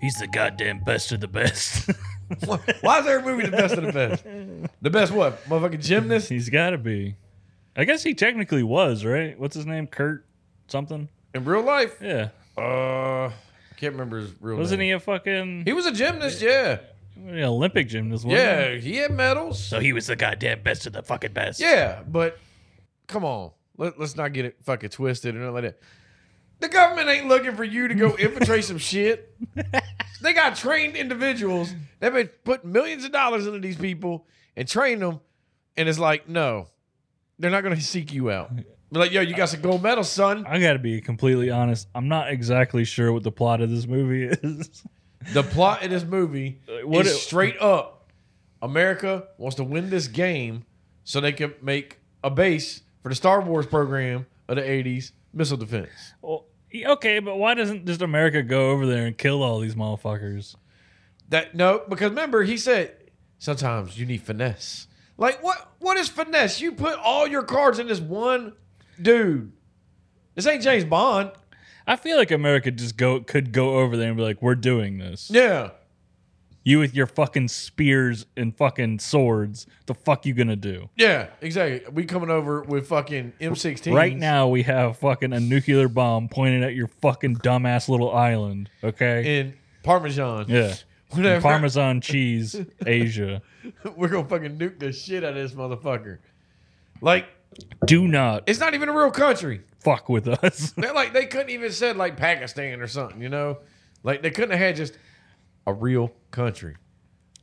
he's the goddamn best of the best. Why is every movie the best of the best? The best what? Motherfucking gymnast he's got to be. I guess he technically was right. What's his name? Kurt something. in real life? Yeah. Uh, I can't remember his real Wasn't name. he a fucking He was a gymnast, yeah. an Olympic gymnast? Wasn't he? Yeah, he had medals. So he was the goddamn best of the fucking best. Yeah, but come on. Let, let's not get it fucking twisted or nothing like that. The government ain't looking for you to go infiltrate some shit. They got trained individuals. They've been put millions of dollars into these people and train them. And it's like, no, they're not going to seek you out. Be like, yo, you got some gold medals, son. I got to be completely honest. I'm not exactly sure what the plot of this movie is. The plot in this movie Uh, What what it- is straight up America wants to win this game so they can make a base for the Star Wars program of the 80s missile defense. Well, yeah, okay, but why doesn't just America go over there and kill all these motherfuckers? That no, because remember he said sometimes you need finesse. Like what what is finesse? You put all your cards in this one dude. This ain't James Bond. I feel like America just go could go over there and be like, "We're doing this." Yeah. You with your fucking spears and fucking swords, the fuck you gonna do? Yeah, exactly. We coming over with fucking M16 Right now, we have fucking a nuclear bomb pointed at your fucking dumbass little island. Okay, in Parmesan. yeah, Whatever. Parmesan cheese, Asia. We're gonna fucking nuke the shit out of this motherfucker. Like Do not it's not even a real country. fuck with us. They're like they couldn't even said like Pakistan or something, you know? Like they couldn't have had just a real country.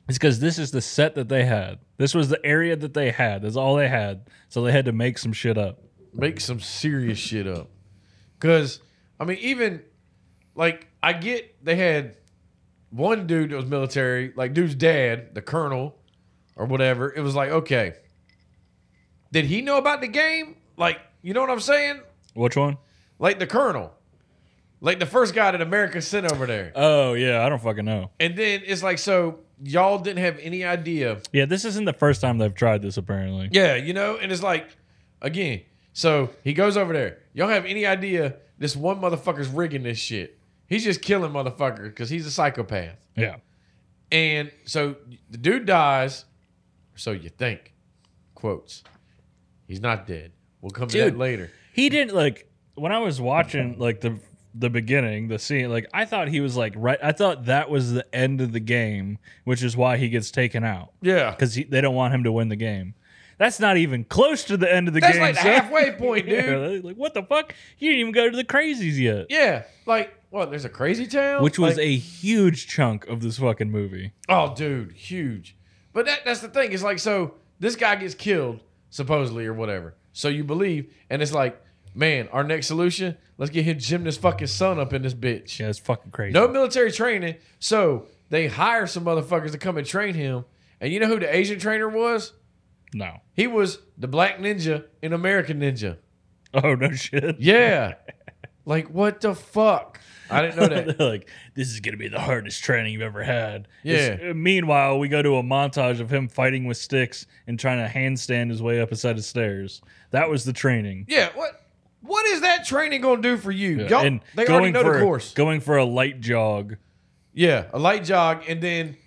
It's because this is the set that they had. This was the area that they had. That's all they had. So they had to make some shit up. make some serious shit up. Cause I mean, even like I get they had one dude that was military, like dude's dad, the colonel or whatever. It was like, okay, did he know about the game? Like, you know what I'm saying? Which one? Like the colonel, like the first guy that America sent over there. Oh yeah, I don't fucking know. And then it's like, so y'all didn't have any idea Yeah, this isn't the first time they've tried this apparently. Yeah, you know, and it's like, again, so he goes over there. Y'all have any idea this one motherfucker's rigging this shit? He's just killing motherfuckers because he's a psychopath. Yeah. And so the dude dies, so you think, quotes, he's not dead. We'll come to Dude. that later. He didn't like when I was watching like the the beginning, the scene, like I thought he was like right I thought that was the end of the game, which is why he gets taken out. Yeah. Because they don't want him to win the game. That's not even close to the end of the That's game. like the son. halfway point, dude. Yeah, like what the fuck? You didn't even go to the crazies yet. Yeah. Like, what, there's a crazy town? Which was Like- a huge chunk of this fucking movie. Oh, dude, huge. But that, that's the thing. It's like, so this guy gets killed, supposedly, or whatever. So you believe, and it's like, man, our next solution, let's get his gymnast fucking son up in this bitch. Yeah, it's fucking crazy. No military training. So they hire some motherfuckers to come and train him. And you know who the Asian trainer was? No. He was the black ninja in American Ninja. Oh no shit. Yeah. like, what the fuck? I didn't know that. They're like, this is gonna be the hardest training you've ever had. It's- Yeah. uh, meanwhile, we go to a montage of him fighting with sticks and trying to handstand his way up a set of stairs. That was the training. Yeah, what what is that training gonna do for you? Y'all, and they already going know for the course. going for a light jog. Yeah, a light jog, and then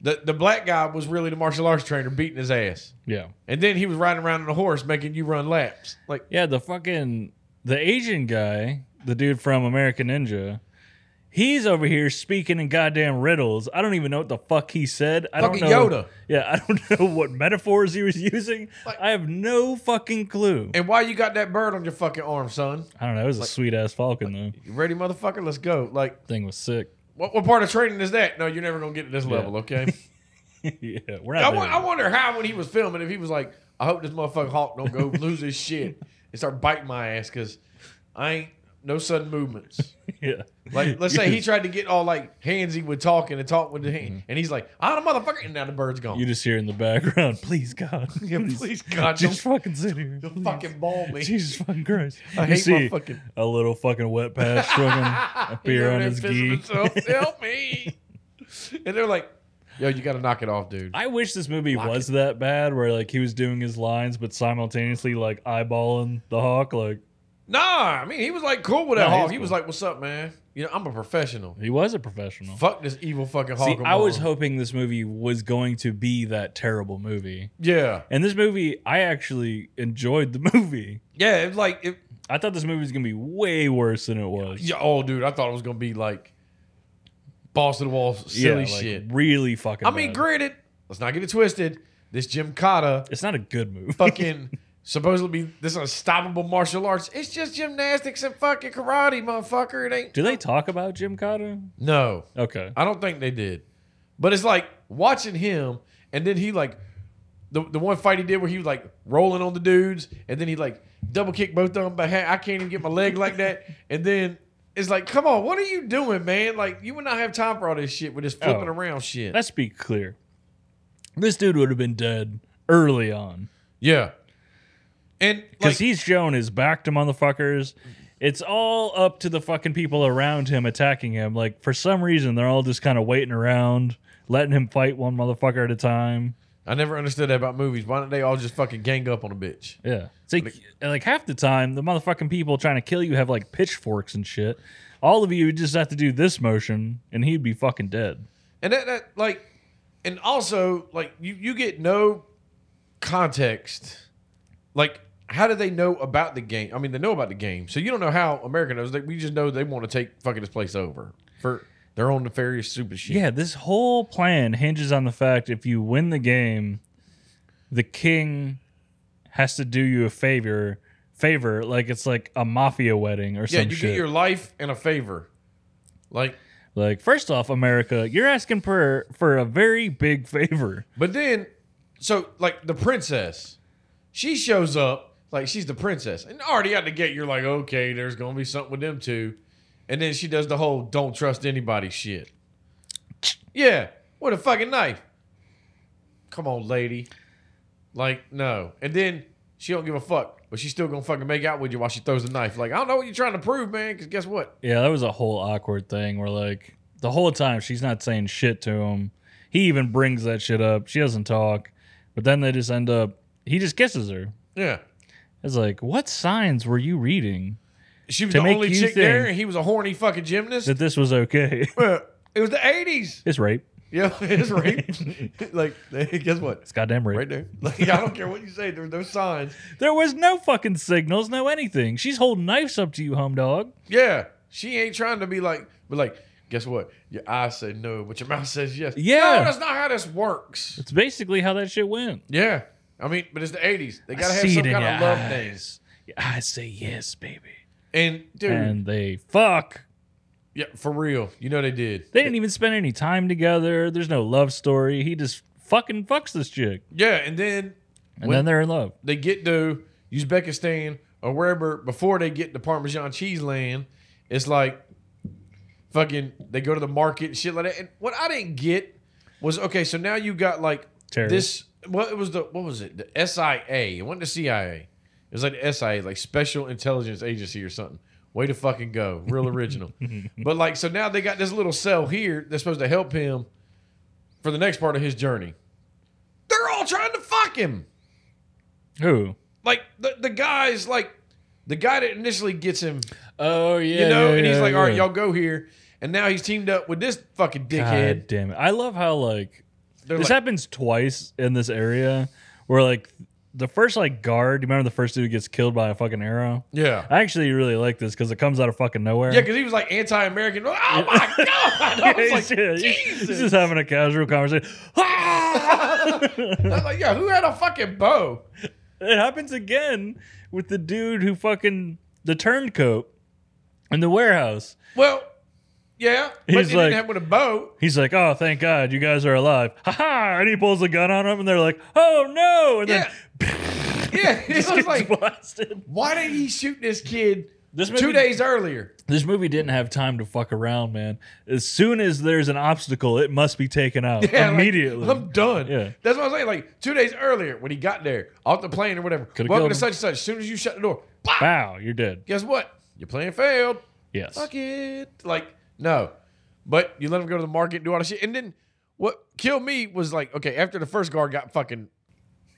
the the black guy was really the martial arts trainer beating his ass, Yeah, and then he was riding around on a horse making you run laps. Like, yeah. The fucking the Asian guy, the dude from American Ninja. He's over here speaking in goddamn riddles. I don't even know what the fuck he said. I Fucking don't know. Yoda. Yeah, I don't know what metaphors he was using. I have no fucking clue. and why you got that bird on your fucking arm, son? I don't know. It was a sweet ass falcon though. You ready, motherfucker? Let's go. Like, Thing was sick. what, what part of training is that? No, you're never gonna get to this level, okay? yeah, we're I, not. won- doing I it. wonder how when he was filming, if he was like, I hope this motherfucking hawk don't go lose his shit and start biting my ass because I ain't no sudden movements. yeah. Like, let's say he tried to get all like handsy with talking and talking with the hand, and he's like, "I'm a motherfucker," and now the bird's gone. Mm-hmm. You just hear in the background, please God, Yeah, please, God, just don't, fucking sit here. don't please." fucking ball me. Jesus fucking Christ! I You hate my see fucking- a little fucking wet patch fucking He's appear over on there his pissing gi. himself. Help me! And they're like, "Yo, you got to knock it off, dude." I wish this movie Lock was that bad, where like he was doing his lines but simultaneously like eyeballing the hawk. Like Nah, I mean, he was like cool with that Nah, hawk. he's He was cool. like, "What's up, man?" You know, I'm a professional. He was a professional. Fuck this evil fucking See, Hulk. I was hoping this movie was going to be that terrible movie. Yeah, And this movie, I actually enjoyed the movie. yeah. It's like it, I thought this movie was going to be way worse than it was. yeah, oh, dude, I thought it was gonna be like balls to the wall, Yeah, silly like, shit. Really fucking I mean, bad. granted, let's not get it twisted. This Jim Cotta It's not a good movie. fucking supposedly be this unstoppable martial arts. It's just gymnastics and fucking karate, motherfucker. It ain't Do they talk about Jim Cotter? no. Okay. I don't think they did. But it's like watching him, and then he like the the one fight he did where he was like rolling on the dudes, and then he like double kicked both of them. But hey, I can't even get my leg like that. And then it's like, come on, what are you doing, man? Like you would not have time for all this shit with this flipping Oh. around shit. Let's be clear. This dude would have been dead early on yeah. And like because he's shown his back to motherfuckers. It's all up to the fucking people around him attacking him. Like for some reason, they're all just kind of waiting around, letting him fight one motherfucker at a time. I never understood that about movies. Why don't they all just fucking gang up on a bitch? Yeah, it's like and, like half the time the motherfucking people trying to kill you have like pitchforks and shit. All of you would just have to do this motion, and he'd be fucking dead. And that, that like, and also like you you get no context. Like, how do they know about the game? I mean, they know about the game, so you don't know how America knows. Like, we just know they want to take fucking this place over for their own nefarious stupid shit. Yeah, this whole plan hinges on the fact if you win the game, the king has to do you a favor. Favor, like it's like a mafia wedding or yeah. some You shit. get your life and a favor. Like, like, first off, America, you're asking for for a very big favor. but then, so like the princess, she shows up like she's the princess, and already out the gate, you're like, okay, there's gonna be something with them two, and then she does the whole don't trust anybody shit. Yeah, with a fucking knife. Come on, lady. Like, no. And then she don't give a fuck, but she's still gonna fucking make out with you while she throws the knife. Like, I don't know what you're trying to prove, man. Because guess what? Yeah, that was a whole awkward thing where like the whole time she's not saying shit to him. He even brings that shit up. She doesn't talk, but then they just end up. He just kisses her. Yeah, It's like, what signs were you reading she was To the make only you chick there, think- and he was a horny fucking gymnast. that this was okay? Uh, It was the '80s. it's rape. Yeah, it's right. like, guess what? It's goddamn rape. Right there. Like, I don't care what you say. There's no signs. There was no fucking signals, no anything. She's holding knives up to you, home dog. Yeah, she ain't trying to be like, but like, guess what? Your eye said no, but your mouth says yes. Yeah. no, that's not how this works. It's basically how that shit went. Yeah, I mean, but it's the '80s. They gotta I have see some it in kind of your love eyes. things. I say yes, baby. And dude, And they fuck. yeah, for real, you know they did. They didn't even spend any time together. There's no love story. He just fucking fucks this chick. Yeah, and then And When- then they're in love. they get to Uzbekistan or wherever before they get to Parmesan cheese land, it's like fucking they go to the market and shit like that. And what I didn't get was okay, so now you got like Terrorists. this what it was the what was it? The SIA. It wasn't the CIA. It was like the SIA, like Special Intelligence Agency or something. Way to fucking go. Real original. but like so now they got this little cell here that's supposed to help him for the next part of his journey. They're all trying to fuck him Who? like the, the guy's like the guy that initially gets him, Oh yeah. you know, and he's like, all right, y'all go here. And now he's teamed up with this fucking God dickhead. damn it. I love how like They're this like, happens twice in this area where like the first like guard, you remember the first dude gets killed by a fucking arrow? yeah. I actually really like this because it comes out of fucking nowhere. Yeah, because he was like anti American. Oh my God. I was like, Yeah, he's- Jesus. He's just having a casual conversation. I was like, yeah, who had a fucking bow? It happens again with the dude who fucking the turncoat in the warehouse. Well, yeah, but He's he like- didn't have with a bow. He's like, "Oh, thank God, you guys are alive!" Ha ha! And he pulls a gun on him, and they're like, "Oh no!" And Yeah. yeah, it then was gets like, blasted. why did he shoot this kid This movie, two days earlier? This movie didn't have time to fuck around, man. As soon as there's an obstacle, it must be taken out Yeah, like, immediately. I'm done. Yeah. That's what I'm saying. Like two days earlier when he got there, off the plane or whatever. Coulda Welcome killed to such him. and such. As soon as you shut the door, pop, Wow, you're dead. guess what? Your plan failed. Yes. Fuck it. Like, no. But you let him go to the market, do all the shit. And then what killed me was like, okay, after the first guard got fucking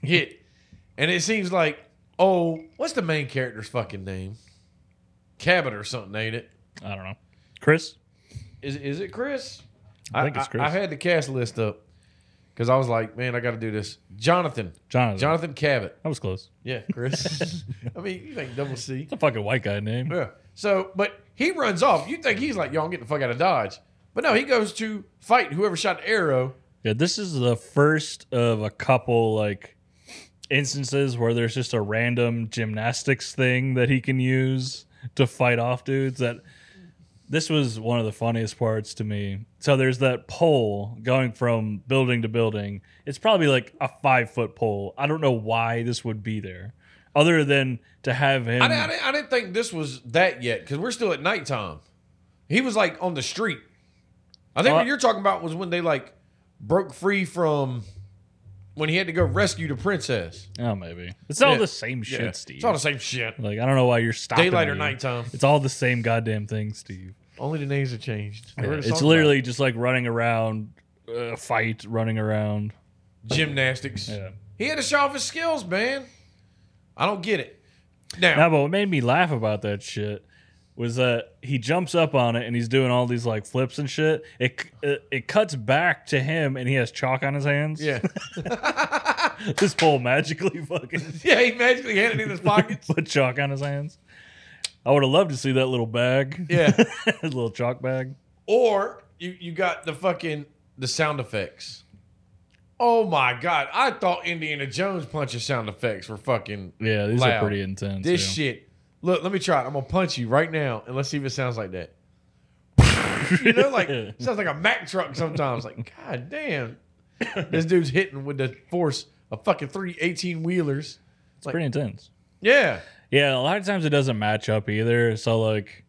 hit, and it seems like, oh, what's the main character's fucking name? Cabot or something, ain't it? I don't know. Chris? Is is it Chris? I think it's Chris. I, had the cast list up because I was like, man, I got to do this. Jonathan, Jonathan. Jonathan Cabot. That was close. Yeah, Chris. I mean, you think double C? It's a fucking white guy name. Yeah. So, but he runs off. You think he's like, y'all get the fuck out of Dodge, but no, he goes to fight whoever shot the arrow. Yeah, this is the first of a couple like instances where there's just a random gymnastics thing that he can use to fight off dudes that this was one of the funniest parts to me. So there's that pole going from building to building. It's probably like a five foot pole. I don't know why this would be there, other than to have him. I, di- I, didn't, I didn't think this was that yet because we're still at nighttime. He was like on the street. I think Well, what you're talking about was when they like broke free from when he had to go rescue the princess. oh, maybe it's all Yeah. the same shit, Yeah. Steve. It's all the same shit. like I don't know why you're stopping. Daylight or me. nighttime. It's all the same goddamn thing, Steve. Only the names have changed. Yeah, it's literally just like running around, uh, fight, running around. gymnastics. Yeah. He had to show off his skills, man. I don't get it. Now, Now, but what made me laugh about that shit was that he jumps up on it and he's doing all these like flips and shit. It it, it cuts back to him and he has chalk on his hands. yeah, this pole magically fucking yeah, he magically had it in his pockets. put chalk on his hands. I would have loved to see that little bag. Yeah. little chalk bag. Or you you got the fucking the sound effects. Oh my god! I thought Indiana Jones punches sound effects were fucking Yeah, these Loud. are pretty intense. this yeah. shit. Look, let me try it. I'm gonna punch you right now, and let's see if it sounds like that. you know, like Yeah. sounds like a Mack truck sometimes. Like, god damn, this dude's hitting with the force of fucking three 18 wheelers. it's pretty intense. Yeah, Yeah, a lot of times it doesn't match up either. So like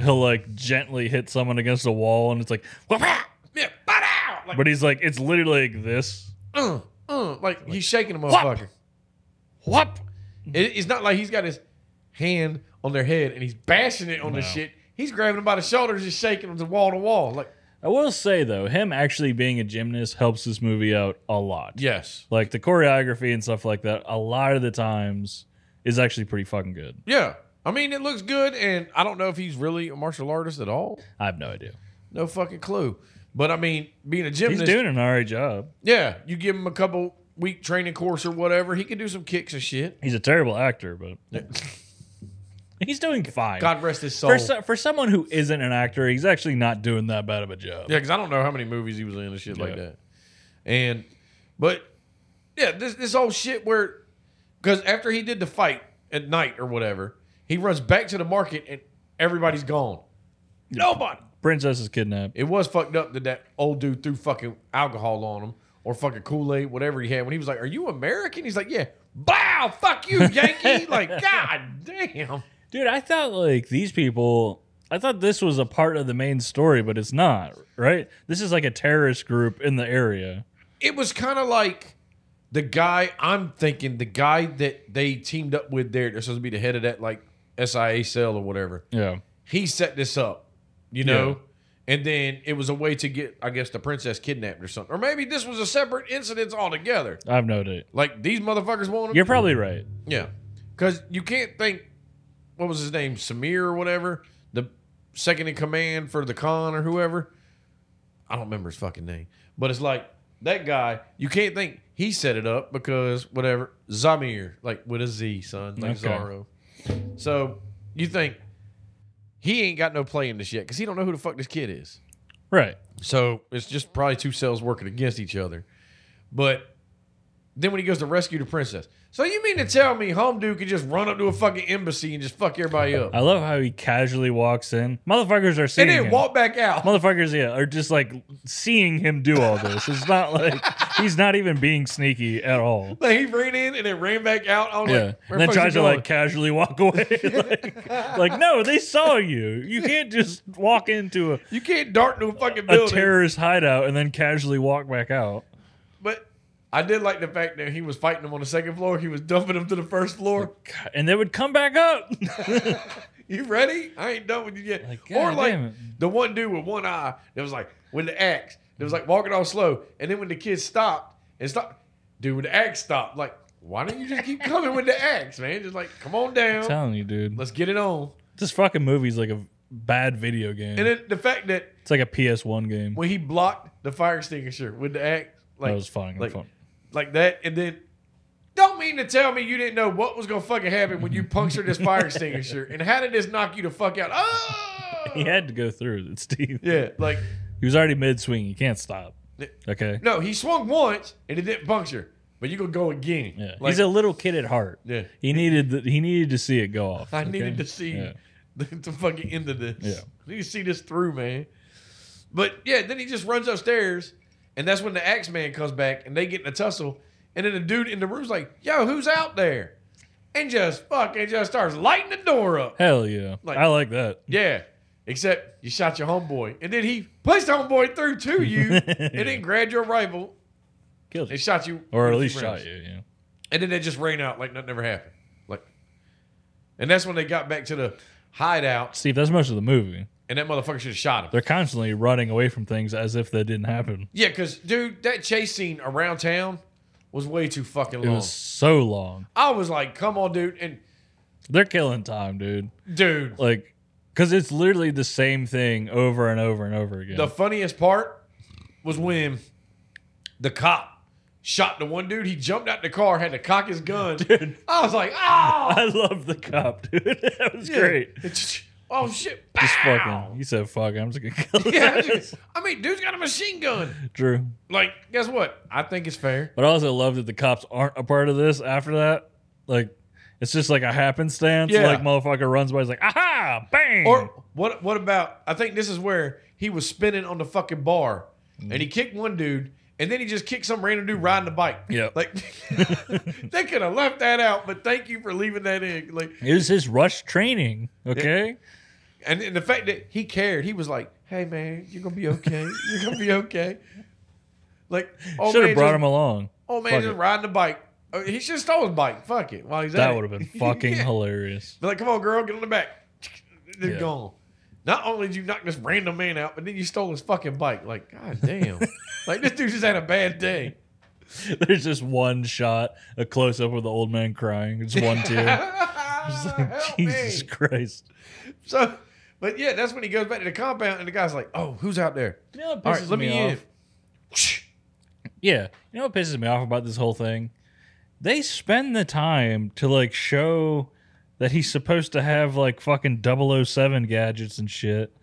he'll like gently hit someone against a wall and it's like "Wah-wah!" yeah, butt out. Like, but he's like it's literally like this. uh, uh, like he's shaking a motherfucker. What? It, it's not like he's got his hand on their head and he's bashing it on the No. shit. He's grabbing them by the shoulders and shaking them to wall to wall. Like, I will say though, him actually being a gymnast helps this movie out a lot. yes, Like the choreography and stuff like that, a lot of the times is actually pretty fucking good. yeah. I mean, it looks good, and I don't know if he's really a martial artist at all. I have no idea. No fucking clue. But I mean, being a He's gymnast, doing an alright job. yeah, you give him a couple week training course or whatever, he can do some kicks and shit. He's a terrible actor, but he's doing fine. God oh. rest his soul. for, so, for someone who isn't an actor, he's actually not doing that bad of a job. Yeah, because I don't know how many movies he was in and shit like Yeah. that. And but yeah, this this whole shit where because after he did the fight at night or whatever, he runs back to the market and everybody's gone. Nobody. Princess is kidnapped. It was fucked up that that old dude threw fucking alcohol on him or fucking Kool Aid, whatever he had. When he was like, "Are you American?" He's like, "Yeah." Bow, fuck you, Yankee. like, god damn. Dude, I thought like these people, I thought this was a part of the main story, but it's not, right? This is like a terrorist group in the area. it was kind of like the guy I'm thinking the guy that they teamed up with there. They're supposed to be the head of that like SIA cell or whatever. Yeah. He set this up, you know. And then it was a way to get, I guess, the princess kidnapped or something, or maybe this was a separate incident altogether. I have no doubt. Like these motherfuckers want him, You're probably right. yeah, because you can't think what was his name, Samir or whatever, the second in command for the Khan or whoever. I don't remember his fucking name, but it's like that guy. You can't think he set it up because whatever Zamir, like with a Z, son, like Okay. Zorro. So you think he ain't got no play in this yet because he don't know who the fuck this kid is. Right. So it's just probably two cells working against each other. But then when he goes to rescue the princess. So you mean to tell me Home Dude could just run up to a fucking embassy and just fuck everybody up? I love how he casually walks in. Motherfuckers are seeing And then him. walk back out. Motherfuckers, yeah, are just like seeing him do all this. It's not like he's not even being sneaky at all. Like he ran in and then ran back out. I was Yeah. like, where and then the fuck's he tries to going? like casually walk away. like, like, no, they saw you. You can't just walk into a, you can't dart into a fucking a building. terrorist hideout and then casually walk back out. but I did like the fact that he was fighting him on the second floor. He was dumping him to the first floor. God, and they would come back up. You ready? I ain't done with you yet. Like, or God like damn it. the one dude with one eye that was like with the axe. That was like walking all slow, and then when the kid stopped and stopped, dude with the axe stopped. Like, why don't you just keep coming with the axe, man? Just like, come on I'm down, telling you, dude. let's get it on. This fucking movie's like a bad video game. And it, the fact that it's like a PS1 game. when he blocked the fire extinguisher with the axe, like that was fun. like- fun. like that, and then don't mean to tell me you didn't know what was gonna fucking happen when you punctured this fire extinguisher, and how did this knock you the fuck out? Oh, He had to go through it, Steve. yeah, like He was already mid swing. He can't stop. Yeah. Okay. no, he swung once and it didn't puncture, but you gonna go again. Yeah. like, He's a little kid at heart. yeah. He needed the, he needed to see it go off. I okay? needed to see Yeah. the, the fucking end of this. Yeah. I need to see this through, man. But yeah, then he just runs upstairs, and that's when the axe man comes back and they get in a tussle. And then the dude in the room's like, yo, who's out there? And just fucking just starts lighting the door up. Hell yeah. Like- I like that. Yeah. Except you shot your homeboy. And then he punched homeboy through to you and then grabbed your rifle Killed and it. shot you. Or at with a least few rounds. shot you. Yeah. And then they just ran out like nothing ever happened. Like and that's when they got back to the hideout Steve, that's most of the movie. and that motherfucker should have shot him. They're constantly running away from things as if that didn't happen. Yeah, because dude, that chase scene around town was way too fucking It long. was so long. I was like, come on, dude, and They're killing time, dude. dude, Like, because it's literally the same thing over and over and over again. the funniest part was when the cop shot the one dude. He jumped out the car, had to cock his gun. Dude. I was like, oh, I love the cop, dude. that was yeah. great. Oh shit! Just Pow! fucking, he said, "Fuck, it, I'm just gonna kill this Yeah, dude. I mean, dude's got a machine gun. Drew." Like, guess what? I think it's fair. But I also love that the cops aren't a part of this. After that, like, it's just like a happenstance. Yeah. Like, motherfucker runs by, he's like, "Aha, bang!" Or what? What about? I think this is where he was spinning on the fucking bar, and he kicked one dude, and then he just kicked some random dude riding a bike. Yeah. like they could have left that out, but thank you for leaving that in. Like, it was his rush training. Okay, and, and the fact that he cared, he was like, "Hey man, you're gonna be okay. You're gonna be okay." Like, oh should have man, brought just, him along. oh man, Fuck just it. riding a bike. Oh, he should have stole his bike. Fuck it. While he's at That it. would have been fucking Yeah. hilarious. Be like, come on, girl, get on the back. They're Yeah. gone. Not only did you knock this random man out, but then you stole his fucking bike. Like, god damn. like this dude just had a bad day. There's just one shot, a close up of the old man crying. It's one tear. It's like, Help Jesus me. Christ. So but yeah, that's when he goes back to the compound and the guy's like, Oh, who's out there? You know what pisses All right, let me, me, in. off? Yeah. You know what pisses me off about this whole thing? They spend the time to like show that he's supposed to have like fucking 007 gadgets and shit.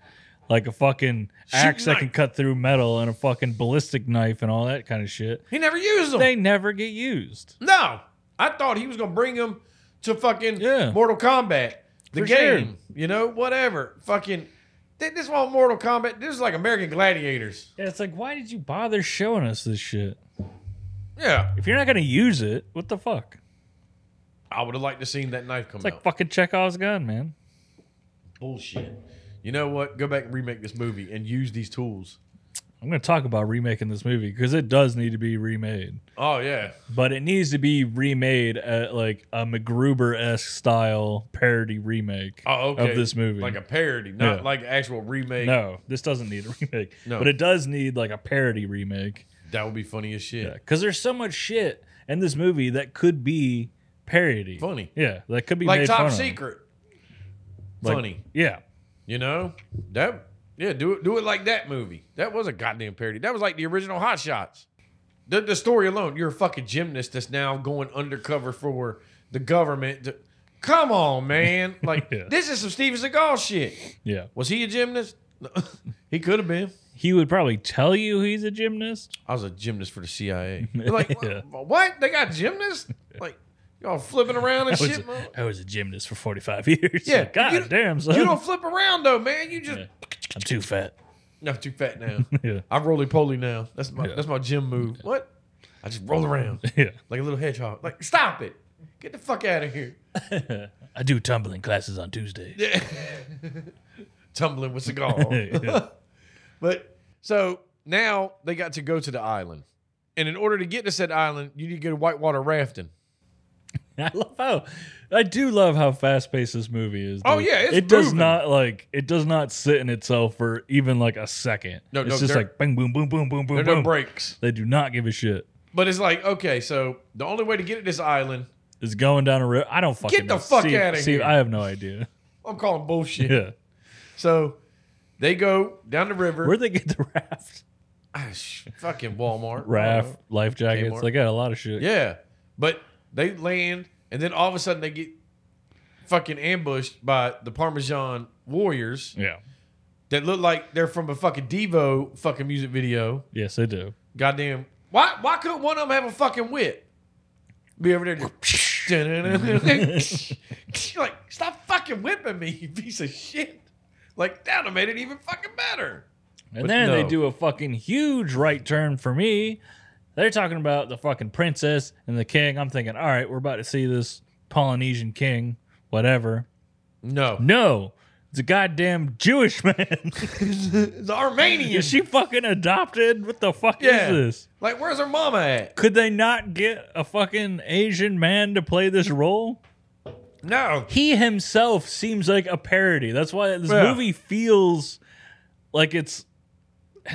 Like a fucking Shooting axe that can knife. cut through metal and a fucking ballistic knife and all that kind of shit. He never used them. They never get used. no. I thought he was gonna bring him to fucking Yeah. Mortal Kombat. The For sure. game. You know, whatever. Fucking th- this one Mortal Kombat, this is like American Gladiators. Yeah, it's like, why did you bother showing us this shit? Yeah. If you're not going to use it, what the fuck? I would have liked to seen that knife come It's like out. fucking Chekhov's gun, man. Bullshit. You know what? Go back and remake this movie and use these tools. I'm going to talk about remaking this movie because it does need to be remade, Oh yeah. but it needs to be remade at like a MacGruber esque style parody remake Oh okay. of this movie. like a parody, not Yeah. like an actual remake. no, this doesn't need a remake, No. but it does need like a parody remake That would be funny as shit. because there's so much shit in this movie that could be parody. Funny. Yeah, that could be Like made fun Top of. Secret. Like- funny. Yeah, You know that. Yeah, do it. Do it like that movie. That was a goddamn parody. That was like the original Hot Shots. The, the story alone. You're a fucking gymnast that's now going undercover for the government. to- come on, man. Like Yeah. this is some Steven Seagal shit. yeah. Was he a gymnast? No. he could have been. He would probably tell you he's a gymnast. I was a gymnast for the CIA. They're like, Yeah. "Wha- what? They got gymnasts? Like, y'all flipping around and I was, shit, man. I was Oh, a gymnast for 45 years. Yeah, Like, God you- damn, son. You don't flip around though, man. You just Yeah. I'm too fat. no too fat now. yeah. I'm roly poly now. That's my Yeah. that's my gym move. What? I just roll around Yeah. like a little hedgehog. Like, stop it. Get the fuck out of here. I do tumbling classes on Tuesdays. Yeah. Tumbling with cigar. Yeah. But so now they got to go to the island. And in order to get to said island, you need to go to whitewater rafting. I love how I do love how fast paced this movie is. Oh, dude. yeah, it's it does moving. not like it does not sit in itself for even like a second. No, it's no, just they're- like bang, boom, boom, boom, boom, boom, There are no boom. breaks. They do not give a shit. But it's like, okay, so the only way to get to this island, It's going down a river. I don't fucking Get the know. fuck Steve- outta Steve, here. I have no idea. I'm calling bullshit. Yeah. So they go down the river. Where'd they get the raft? Ah, sh- fucking Walmart. Raft, life jackets. Kmart. They got a lot of shit. Yeah. But they land and then all of a sudden they get fucking ambushed by the Parmesan warriors Yeah. that look like they're from a fucking Devo fucking music video. Yes, they do. Goddamn. Why why couldn't one of them have a fucking whip? Be over there just like, stop fucking whipping me, you piece of shit. Like that would have made it even fucking better. And But then they no. do a fucking huge right turn for me. They're talking about the fucking princess and the king. I'm thinking, all right, we're about to see this Polynesian king, whatever. No. No, it's a goddamn Jewish man. the Armenian. Is she fucking adopted? What the fuck Yeah. is this? like, where's her mama at? Could they not get a fucking Asian man to play this role? No. He himself seems like a parody. That's why this Yeah. movie feels like it's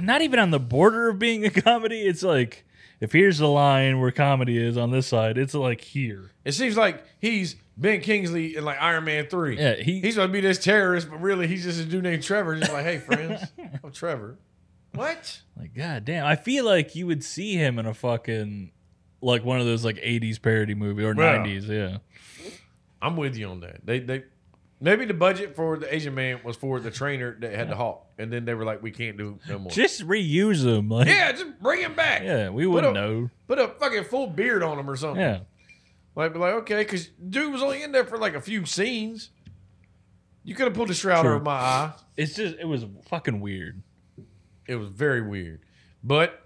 not even on the border of being a comedy. It's like if here's the line where comedy is on this side, it's like here. It seems like he's Ben Kingsley in like Iron Man 3. Yeah, he He's gonna be this terrorist, but really he's just a dude named Trevor. Just like, hey friends, I'm Trevor. What? like god damn. I feel like you would see him in a fucking like one of those like 80s parody movie or Yeah. 90s, yeah. I'm with you on that. They they maybe the budget for the Asian man was for the trainer that had the hawk, and then they were like, we can't do no more. Just reuse him like yeah, just bring him back. Yeah, we wouldn't a- know. Put a fucking full beard on him or something. Yeah. Like, be like okay, because dude was only in there for like a few scenes. You could have pulled a shroud True. over my eye. It's just it was fucking weird. It was very weird, but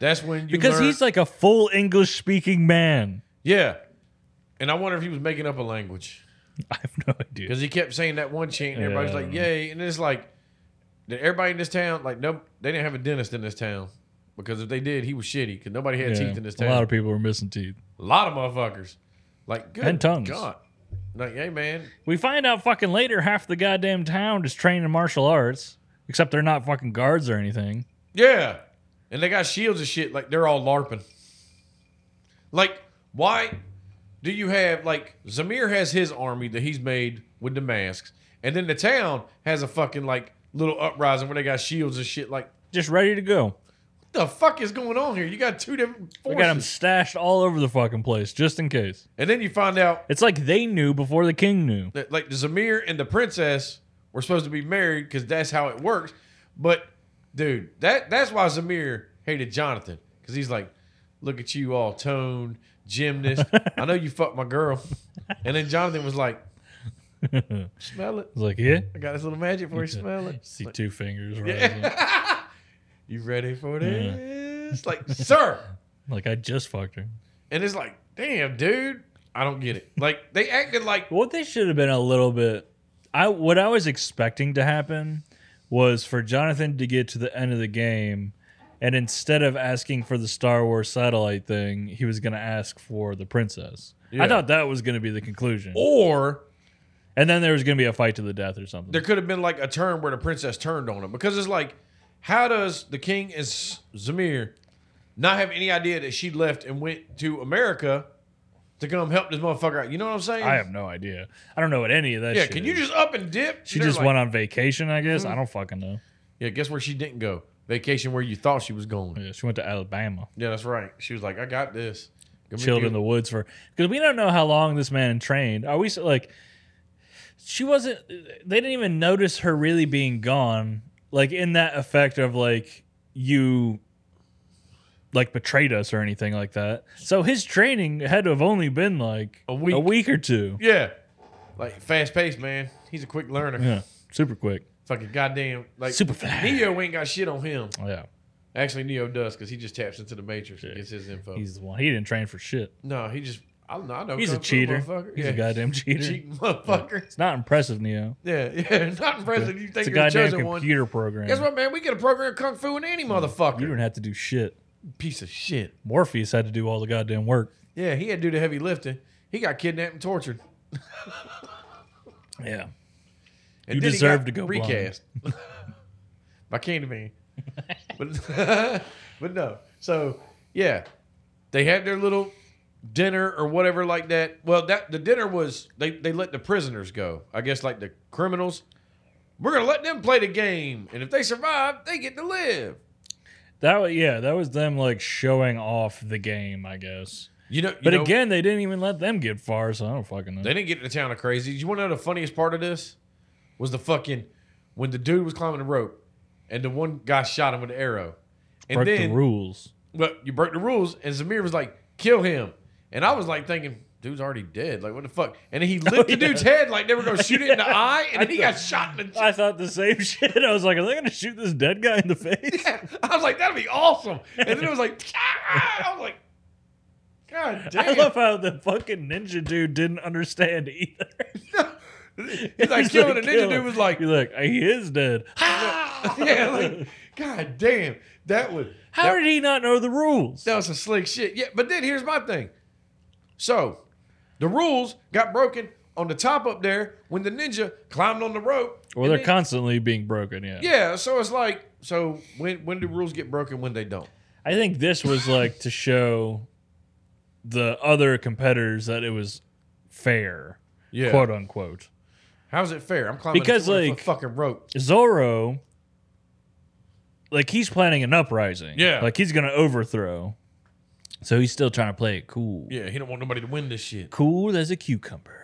that's when you Because learn- he's like a full English speaking man. yeah. And I wonder if he was making up a language. I have no idea. because he kept saying that one chant, and everybody's Yeah. like, "Yay!" And it's like, did everybody in this town like no? They didn't have a dentist in this town because if they did, he was shitty because nobody had Yeah, teeth in this a town. lot of people were missing teeth. motherfuckers, like good And tongues. God, like hey man, We find out fucking later half the goddamn town is trained in martial arts, except they're not fucking guards or anything. yeah. And they got shields and shit. Like they're all larping. Like why do you have like Zamir has his army that he's made with the masks, and then the town has a fucking like little uprising where they got shields and shit. Like Just ready to go. the fuck is going on here? You got two different We forces. got them stashed all over the fucking place just in case. And then you find out It's like they knew before the king knew. that like the Zamir and the princess were supposed to be married because that's how it works. But dude, that that's why Zamir hated Jonathan because he's like, look at you all toned gymnast. I know you fucked my girl. And then Jonathan was like, it's smell it. like, yeah. I got this little magic for you. Smell it. See two fingers rising. Yeah. you ready for this? Like, sir. Like I just fucked her. And it's like, damn, dude. I don't get it. Like they acted like What they should have been a little bit I what I was expecting to happen was for Jonathan to get to the end of the game and instead of asking for the Star Wars satellite thing, he was going to ask for the princess. Yeah. Oh. I thought that was going to be the conclusion. or And then there was going to be a fight to the death or something. there could have been like a turn where the princess turned on him because it's like, how does the king and S- Zamir not have any idea that she left and went to America to come help this motherfucker out? You know what I'm saying? I have no idea. I don't know what any of that Yeah, shit can you is. just up and dip? She They're just like, Mm-hmm. went on vacation, I guess. I don't fucking know. Yeah, guess where she didn't go? Vacation where you thought she was going. Yeah, Yeah, she went to Alabama. that's right. She was like, I got this. Come chilled here. in the woods for because we don't know how long this man trained. Are we s- like she wasn't? They didn't even notice her really being gone. Like in that effect of like you like betrayed us or anything like that. So his training had to have only been like A week. a week or two. Yeah. Like fast paced, man. He's a quick learner. Yeah, super quick, Fucking goddamn. Like super fast. Neo ain't got shit on him. Oh, Yeah, Actually, Neo does because he just taps into the Matrix and gets his info. he's the one. He didn't train for shit. no, he just I don't know. I know He's a Kung Fu, cheater. motherfucker. He's yeah. a goddamn cheater. cheating motherfucker. It's not impressive, Neo. Yeah, yeah. Not impressive. You It's think a you're the goddamn chosen one? computer program. Guess what, man? We get a program kung fu in any motherfucker. You don't have to do shit. piece of shit. Morpheus had to do all the goddamn work. Yeah, he had to do the heavy lifting. He got kidnapped and tortured. Yeah. And You then he deserve got to go blind. recast by Candyman. but but no. So yeah, they had their little dinner or whatever like that. Well, that the dinner was they they let the prisoners go. I guess like the criminals We're gonna let them play the game, and if they survive, they get to live. That wa- yeah, that was them like showing off the game, I guess. You know, you But know, again, they didn't even let them get far, so I don't fucking know. they didn't get in the town of crazy. You want to know the funniest part of this? Was the fucking when the dude was climbing the rope, and the one guy shot him with an arrow, and Broke then the rules. well, you broke the rules, and Zamir was like, kill him. And I was like thinking, dude's already dead. Like, what the fuck? And then he lit the Oh, yeah. dude's head like they were going to shoot it in the eye, and I then he got shot in the I thought the same shit. I was like, are they going to shoot this dead guy in the face? I was like, that'd be awesome. And then it was like, "Ah!" I was like, God damn. I love how the fucking ninja dude didn't understand either. He's like, killing a ninja kill him. dude was like, he's like, he is dead. yeah, like, God damn. That was, that, How did he not know the rules? that was some slick shit. Yeah, but then here's my thing. So, the rules got broken on the top up there when the ninja climbed on the rope. Well, and they're then- constantly being broken. Yeah. Yeah, so it's like, so when when do rules get broken when they don't? I think this was like to show the other competitors that it was fair, Yeah. quote unquote. How's it fair? I'm climbing Because, a 200 foot like- fucking rope. Zorro, like he's planning an uprising. Yeah. Like he's gonna overthrow. So he's still trying to play it cool. Yeah, he don't want nobody to win this shit. Cool as a cucumber.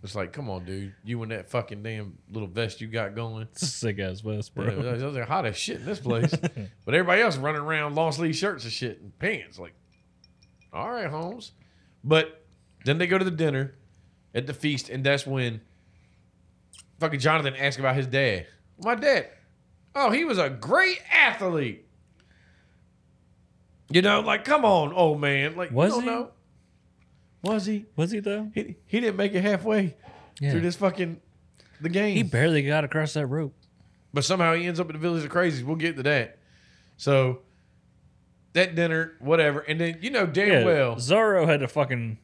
It's like, come on, dude. You and that fucking damn little vest you got going. Sick ass vest, Yeah, bro. Those are hot as shit in this place. but everybody else running around long sleeve shirts and shit and pants. Like, all right, Holmes. But then they go to the dinner at the feast, and that's when fucking Jonathan asked about his dad. My dad. Oh, he was a great athlete. You know, like, come on, old man. Like, Was you don't he? know. Was he? Was he though? He he didn't make it halfway Yeah. through this fucking the game. He barely got across that rope. but somehow he ends up at the Village of Crazies. We'll get to that. So that dinner, whatever, and then you know damn Yeah. well, Zorro had to fucking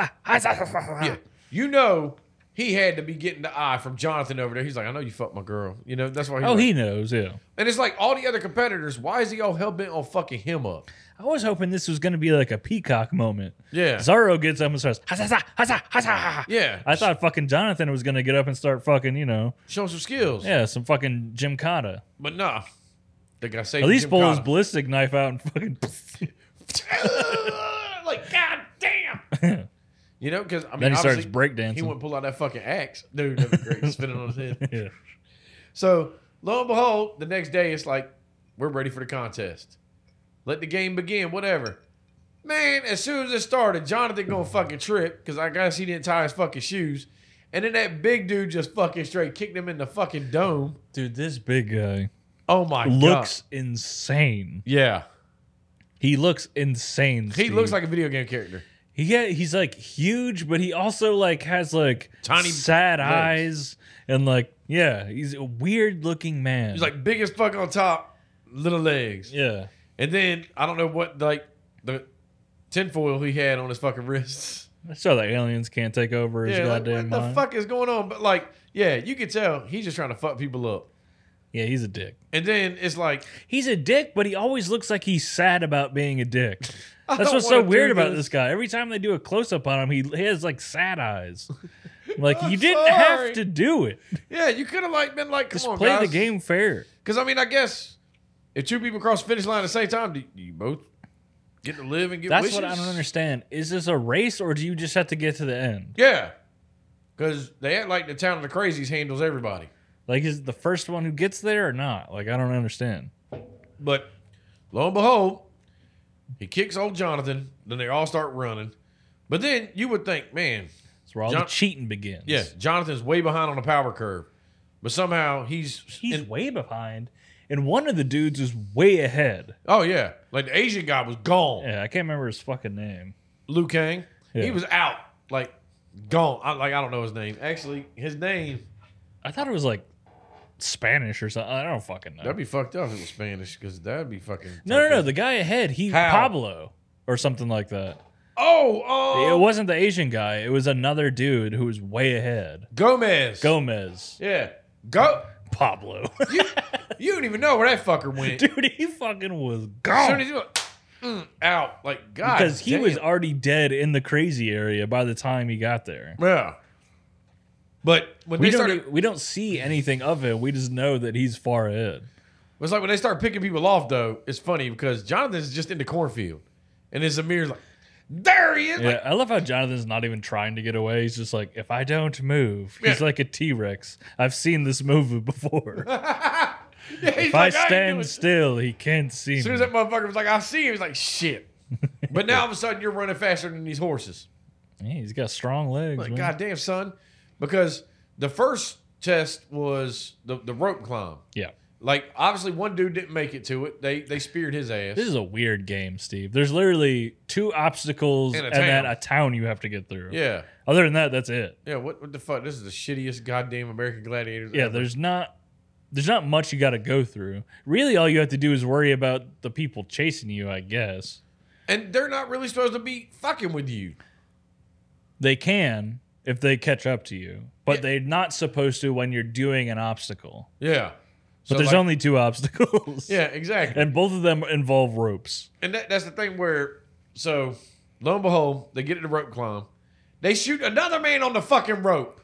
yeah, you know he had to be getting the eye from Jonathan over there. He's like, I know you fucked my girl. You know that's why. He's Oh, like- he knows, yeah. and it's like all the other competitors. Why is he all hell bent on fucking him up? I was hoping this was gonna be like a peacock moment. Yeah, Zorro gets up and starts. "Hazza, hazza, hazza." yeah. I thought fucking Jonathan was gonna get up and start fucking, you know, show some skills. yeah, some fucking Gymkhana. but nah. The guy saved At least Jim pull his Cotter. ballistic knife out and fucking. like god damn. You know, because I mean, then he starts obviously, breakdancing. he wouldn't pull out that fucking axe, dude. That'd be great, spinning on his head. yeah. So lo and behold, the next day it's like we're ready for the contest. Let the game begin, whatever. Man, as soon as it started, Jonathan gonna fucking trip because I guess he didn't tie his fucking shoes, and then that big dude just fucking straight kicked him in the fucking dome. Dude, this big guy Oh my looks god! insane. Yeah, He looks insane. he looks like a video game character. he ha- he's like huge, but he also like has like Tiny sad legs. eyes and like yeah, he's a weird looking man. He's like big as fuck on top, little legs. yeah, And then I don't know what like the tinfoil he had on his fucking wrists. so the aliens can't take over his Yeah, like, goddamn what the mind. fuck is going on? But like, yeah, you could tell he's just trying to fuck people up. Yeah, he's a dick. And then it's like He's a dick, but he always looks like he's sad about being a dick. I That's don't what's so wanna do weird about this. this guy. Every time they do a close up on him, he, he has like sad eyes. Like I'm you didn't sorry. have to do it. Yeah, you could have like been like, come Just on, play guys. the game fair. Because I mean, I guess if two people cross the finish line at the same time, do you both get to live and get That's wishes? what I don't understand. Is this a race or do you just have to get to the end? Yeah, because they act like the town of the crazies handles everybody. Like is it the first one who gets there or not? Like I don't understand. But lo and behold, he kicks old Jonathan. Then they all start running. But then you would think, man, It's where all Jon- the cheating begins. yeah, Jonathan's way behind on the power curve. But somehow he's, He's in- way behind. And one of the dudes is way ahead. oh yeah, like the Asian guy was gone. Yeah, I can't remember his fucking name. Liu Kang. He Yeah. was out, like gone. I, like I don't know his name. Actually, his name I thought it was like Spanish or something. I don't fucking know. that'd be fucked up if it was Spanish because that'd be fucking. No, no, no. The guy ahead, he How? Pablo or something like that. oh, oh, It wasn't the Asian guy. It was another dude who was way ahead. Gomez. Gomez, Yeah, go. Pablo, You, you don't even know where that fucker went. dude, he fucking was As soon gone as you went, mm, out, like God, because he was damn. already dead in the crazy area by the time he got there. yeah. But when We they don't started, e- we don't see anything of him. We just know that he's far ahead. it's like when they start picking people off though. It's funny because Jonathan's just in the cornfield, and his Amir's like, there he is. Yeah, Like, I love how Jonathan's not even trying to get away. He's just like, if I don't move, he's Yeah. like a T Rex. I've seen this movie before. yeah, he's if I like, ain't doing stand shit." still, he can't see As soon me. as that motherfucker was like, I see you, he's like, shit. But now all of a sudden you're running faster than these horses. Yeah, he's got strong legs. Like, man. goddamn, son. Because the first test was the, the rope climb. Yeah. Like, obviously, one dude didn't make it to it. They they speared his ass. This is a weird game, Steve. There's literally two obstacles And a and then town. a town you have to get through. yeah. Other than that, that's it. Yeah. What, what the fuck? This is the shittiest goddamn American Gladiator. Yeah, there's not there's not much you got to go through. Really, all you have to do is worry about the people chasing you. I guess And they're not really supposed to be fucking with you. they can if they catch up to you, but they're not supposed to when you're doing an obstacle. Yeah. But there's only two obstacles. Yeah, exactly. and both of them involve ropes. And that, that's the thing where, so lo and behold, they get at the rope climb. They shoot another man on the fucking rope.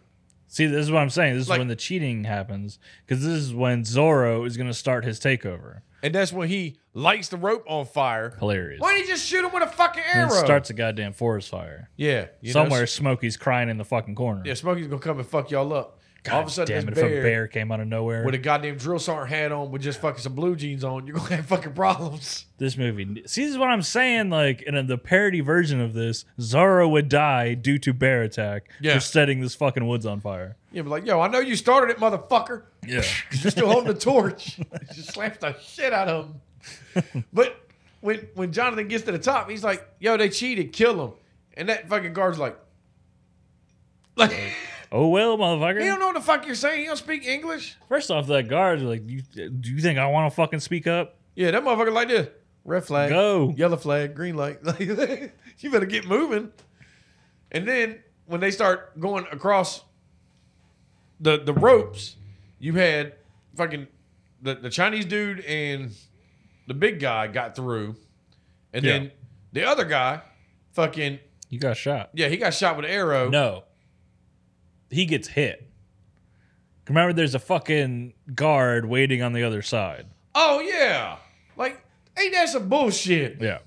See, this is what I'm saying. This is Like- when the cheating happens because this is when Zorro is going to start his takeover. And that's when he lights the rope on fire. Hilarious. Why didn't he just shoot him with a fucking And arrow? it starts a goddamn forest fire. yeah. you know, Somewhere Smokey's crying in the fucking corner. yeah, Smokey's gonna come and fuck y'all up. God All of a sudden, damn it, this if bear, a bear came out of nowhere. with a goddamn drill sergeant hat on with just fucking some blue jeans on, you're gonna have fucking problems. this movie. See, this is what I'm saying. Like in the parody version of this, Zorro would die due to bear attack Yeah. for setting this fucking woods on fire. You'll be like, yo, I know you started it, motherfucker. Yeah. You're still holding the torch. just slap the shit out of him. But when when Jonathan gets to the top, he's like, yo, they cheated, kill him. And that fucking guard's like, like he oh well, motherfucker. don't know what the fuck you're saying. He don't speak English. First off, that guard's like, you, do you think I want to fucking speak up? Yeah, that motherfucker like this. Red flag, Go. yellow flag, green light. Like, you better get moving. And then when they start going across the the ropes, you had fucking the, the Chinese dude and the big guy got through. And Yeah. then the other guy, fucking You got shot. yeah, he got shot with an arrow. No. He gets hit. Remember, there's a fucking guard waiting on the other side. Oh yeah. Like, ain't that some bullshit? Yeah.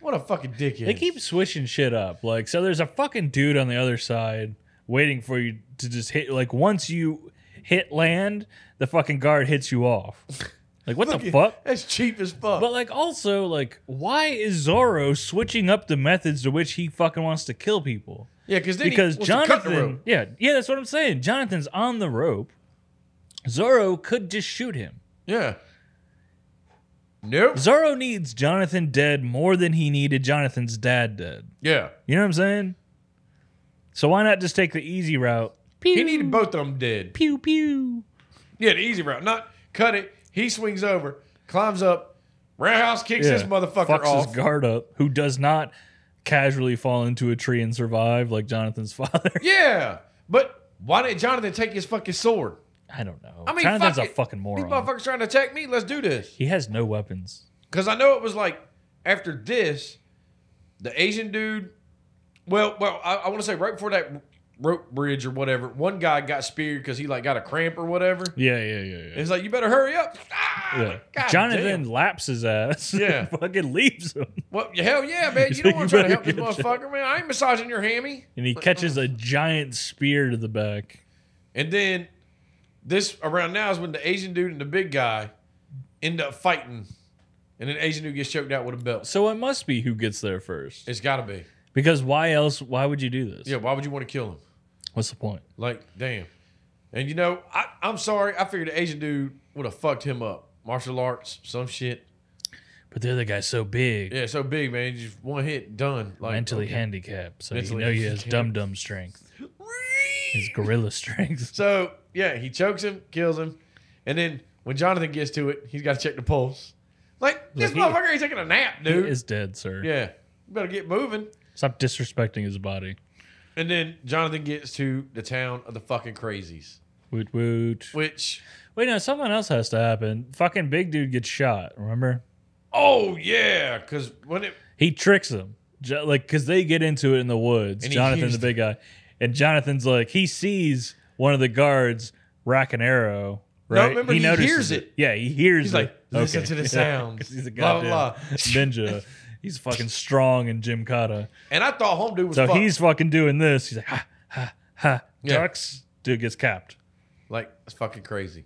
What a fucking dickhead. They keep switching shit up. Like, so there's a fucking dude on the other side waiting for you to just hit. Like, once you hit land, the fucking guard hits you off. Like, what the Fucking- fuck? That's cheap as fuck. But, like, also, like, why is Zorro switching up the methods to which he fucking wants to kill people? yeah, because then Because he wants to cut the rope. Jonathan, yeah, yeah, that's what I'm saying. Jonathan's on the rope. Zorro could just shoot him. Yeah. Nope. Zorro needs Jonathan dead more than he needed Jonathan's dad dead. Yeah. You know what I'm saying? So why not just take the easy route? Pew, He needed both of them dead. pew pew. Yeah, the easy route. Not cut it. He swings over, climbs up, roundhouse kicks this motherfucker Fucks off. his guard up, who does not casually fall into a tree and survive like Jonathan's father. yeah. But why didn't Jonathan take his fucking sword? I don't know. I mean, Jonathan's fuck a it. fucking These moron. motherfuckers trying to attack me. Let's do this. he has no weapons. Because I know it was like after this, the Asian dude. Well, well, I, I want to say right before that rope bridge or whatever, one guy got speared because he like got a cramp or whatever. Yeah, yeah, yeah, yeah. It's like you better hurry up. Ah, like, God Jonathan damn. laps his ass. Yeah. fucking leaves him. Well, hell yeah, man. You So don't want you to try to help better this get a motherfucker, man. I ain't massaging your hammy. And he catches a giant spear to the back. And then this around now is when the Asian dude and the big guy end up fighting. And then Asian dude gets choked out with a belt. So it must be who gets there first. It's got to be. Because why else? Why would you do this? Yeah, why would you want to kill him? What's the point? Like, damn. And you know, I, I'm sorry. I figured the Asian dude would have fucked him up. Martial arts, some shit. But the other guy's so big, Yeah, so big, man. Just one hit, done. Like mentally okay. handicapped. So Mentally you know he has handicapped. dum dum strength, his gorilla strength. So yeah, he chokes him, kills him, and then when Jonathan gets to it, he's got to check the pulse. Like this Like, he- motherfucker ain't taking a nap, He dude. is dead, sir. yeah, you better get moving. Stop disrespecting his body. And then Jonathan gets to the town of the fucking crazies, Woot woot. which Wait, no, something else has to happen. Fucking big dude gets shot. Remember? oh yeah, because when it He tricks them, Jo- like because they get into it in the woods. And he Jonathan's hears the big guy, and Jonathan's like he sees one of the guards rack an arrow. Right? remember, he hears it. Yeah, he hears He's it. like, listen to the Yeah, 'cause sounds. he's a Blah, goddamn blah, blah. ninja. He's fucking strong in Jim Kata. And I thought home dude was So fucked. he's fucking doing this. He's like, ha, ha, ha. Yeah. Ducks. Dude gets capped. like it's fucking crazy.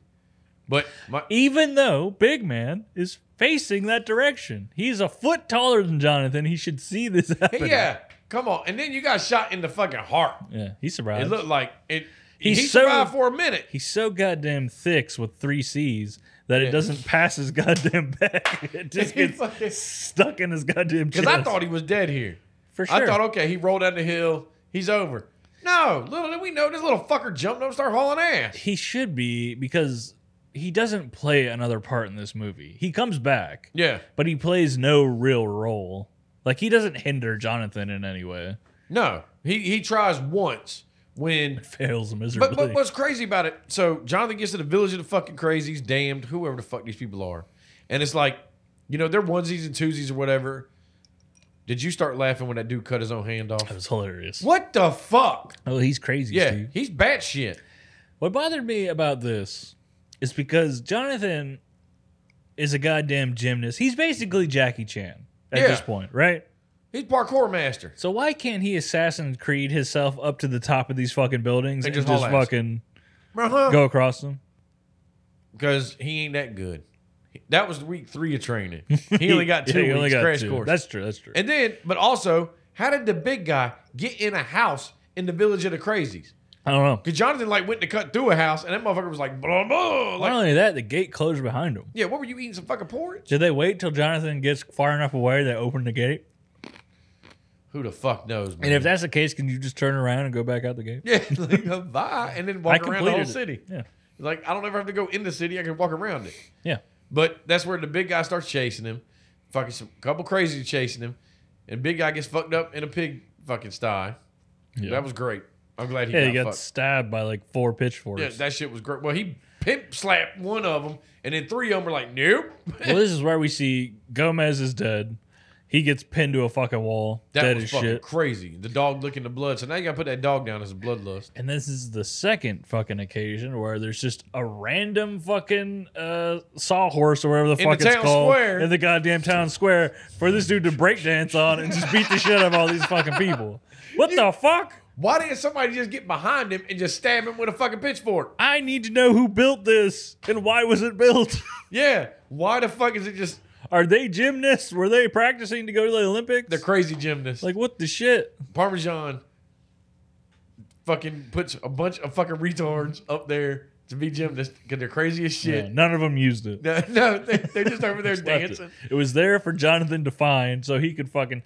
But my Even though Big Man is facing that direction, he's a foot taller than Jonathan. He should see this happening. yeah, come on. And then you got shot in the fucking heart. Yeah, he survived. It looked like it. He's he so- survived for a minute. He's so goddamn thick with three C's that Yeah. it doesn't pass his goddamn back. It just He gets fucking- stuck in his goddamn chest. Because I thought he was dead here. for sure. I thought, okay, he rolled down the hill. He's over. No, little did we know this little fucker jumped up and started hauling ass. he should be because he doesn't play another part in this movie. He comes back, Yeah. but he plays no real role. Like he doesn't hinder Jonathan in any way. No. He he tries once when Fails miserably. But, but what's crazy about it? So Jonathan gets to the village of the fucking crazies, damned, whoever the fuck these people are, and it's like, you know, they're onesies and twosies or whatever. Did you start laughing when that dude cut his own hand off? that was hilarious. What the fuck? Oh, he's crazy, Yeah, Steve. he's batshit. What bothered me about this is because Jonathan is a goddamn gymnast. He's basically Jackie Chan at Yeah. this point, right? He's parkour master. So why can't he Assassin's Creed himself up to the top of these fucking buildings And and, just just, haul ass. fucking Uh-huh. go across them? Because he ain't that good. That was week three of training. He only got two Yeah, he weeks only got crash two. course. That's true. That's true. and then, but also, how did the big guy get in a house in the village of the crazies? I don't know. Because Jonathan like went to cut through a house, and that motherfucker was like, blah blah. oh, Like, Not only that, the gate closed behind him. Yeah, what were you eating? Some fucking porridge? Did they wait till Jonathan gets far enough away they open the gate? Who the fuck knows, man? And if that's the case, can you just turn around and go back out the gate? yeah, like, uh, bye, and then walk around the whole it. city. Yeah. Like I don't ever have to go in the city; I can walk around it. Yeah. But that's where the big guy starts chasing him. Fucking some couple crazies chasing him, and big guy gets fucked up in a pig fucking sty. Yeah. That was great. I'm glad he Yeah, got, he got fucked. stabbed by like four pitchforks. Yeah, that shit was great. Well, he pimp slapped one of them, and then three of them were like, "Nope." well, this is where we see Gomez is dead. He gets pinned to a fucking wall, That dead was as fucking shit. crazy. The dog licking the blood. So now you gotta put that dog down as a bloodlust. and this is the second fucking occasion where there's just a random fucking uh, sawhorse or whatever the In fuck the it's town called square. in the goddamn town square for this dude to breakdance on and just beat the shit out of all these fucking people. What the fuck? Why didn't somebody just get behind him and just stab him with a fucking pitchfork? I need to know who built this and why was it built. Yeah. Why the fuck is it just Are they gymnasts? Were they practicing to go to the Olympics? the crazy gymnast? Like like what the shit? Parmesan fucking puts a bunch of fucking retards up there to be gymnasts because they're crazy as Yeah, shit. none of them used it. No, no they, they're just over there Just left dancing. It. It was there for Jonathan to find, so he could fucking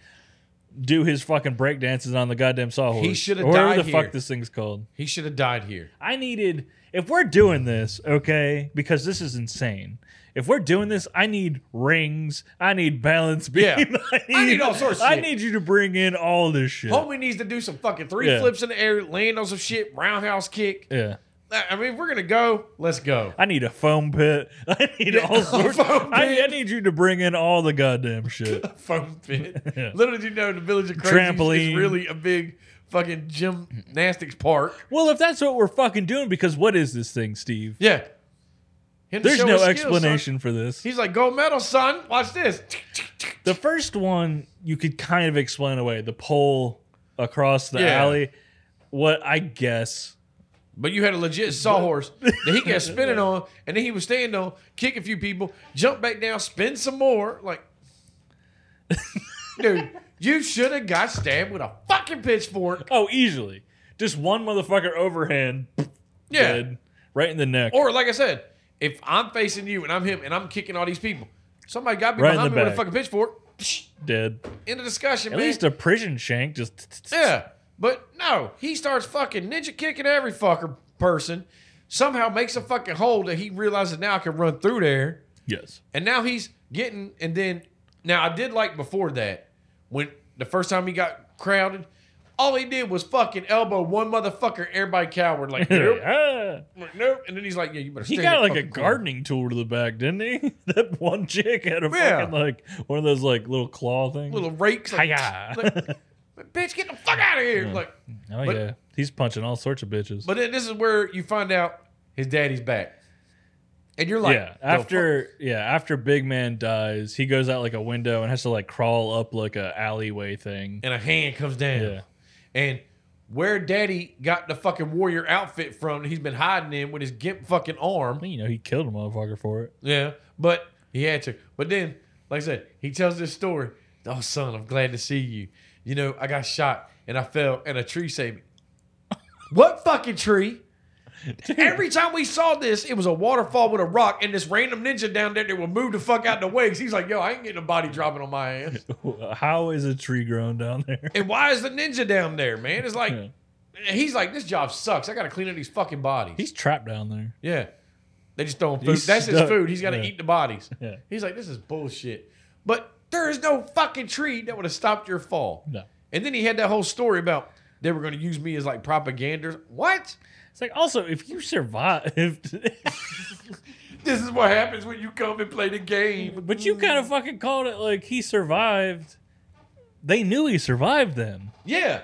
do his fucking break dances on the goddamn sawhorse. He shoulda Or whatever died the here. fuck this thing's called. He should have died here. I needed if we're doing this, okay, because this is insane. If we're doing this, I need rings. I need balance beam. Yeah. I, need, I need all sorts of I shit. need you to bring in all this shit. Homie needs to do some fucking three Yeah. flips in the air, land on some shit, roundhouse kick. Yeah. I I mean, if we're gonna go, let's go. I need a foam pit. I need Yeah, all a sorts. foam I, I pit. need you to bring in all the goddamn shit. foam pit. Yeah. Little did you know the village of crazies is Trampoline. really a big fucking gymnastics park. well, if that's what we're fucking doing, because what is this thing, Steve? Yeah. Him to There's show no his skills, son. explanation for this. He's like, gold medal, son. Watch this. The first one you could kind of explain away the pole across the Yeah. alley. What I guess. But you had a legit sawhorse that he kept spinning on, and then he would stand on, kick a few people, jump back down, spin some more. Like, dude, you should have got stabbed with a fucking pitchfork. Oh, easily. Just one motherfucker overhand. Yeah. Dead, right in the neck. Or like I said, if I'm facing you and I'm him and I'm kicking all these people, somebody got me Right in behind the me with a back. fucking pitchfork. Psh, dead. End of discussion, At man. least a prison shank just. yeah, but no, he starts fucking ninja kicking every fucker person. Somehow makes a fucking hole that he realizes now I can run through there, Yes. and now he's getting. And then now I did like before that when the first time he got crowded, all he did was fucking elbow one motherfucker. Everybody cowered like nope, Ah. nope, and then he's like, yeah, you better. He stay in that got like a fucking corner. gardening tool to the back, didn't he? That one chick had a Yeah. fucking like one of those like little claw things. little rakes. Like, Hi-ya. like, bitch, get the fuck out of here. Like, Oh But- yeah, he's punching all sorts of bitches. but then this is where you find out his daddy's back, and you're like, yeah, the after yeah, after Big Man dies, he goes out like a window and has to like crawl up like a alleyway thing. and a hand comes down. Yeah. And where Daddy got the fucking warrior outfit from, that he's been hiding in with his gimp fucking arm. You know, he killed a motherfucker for it. Yeah, but he had to. But then, like I said, he tells this story. Oh, son, I'm glad to see you. You know, I got shot and I fell and a tree saved me. what fucking tree? Every time we saw this, it was a waterfall with a rock and this random ninja down there that would move the fuck out the way. 'Cause he's like, yo, I ain't getting a body dropping on my ass. How is a tree grown down there? And why is the ninja down there, man? It's like Yeah. he's like, this job sucks. I got to clean up these fucking bodies. He's trapped down there. yeah, they just throwing food. He's That's his stuck. food. He's got to Yeah. eat the bodies. Yeah. He's like, this is bullshit. But there is no fucking tree that would have stopped your fall. No. And then he had that whole story about they were going to use me as like propaganders. What? It's like also if you survived, This is what happens when you come and play the game. but you kind of fucking called it like he survived. They knew he survived them. Yeah,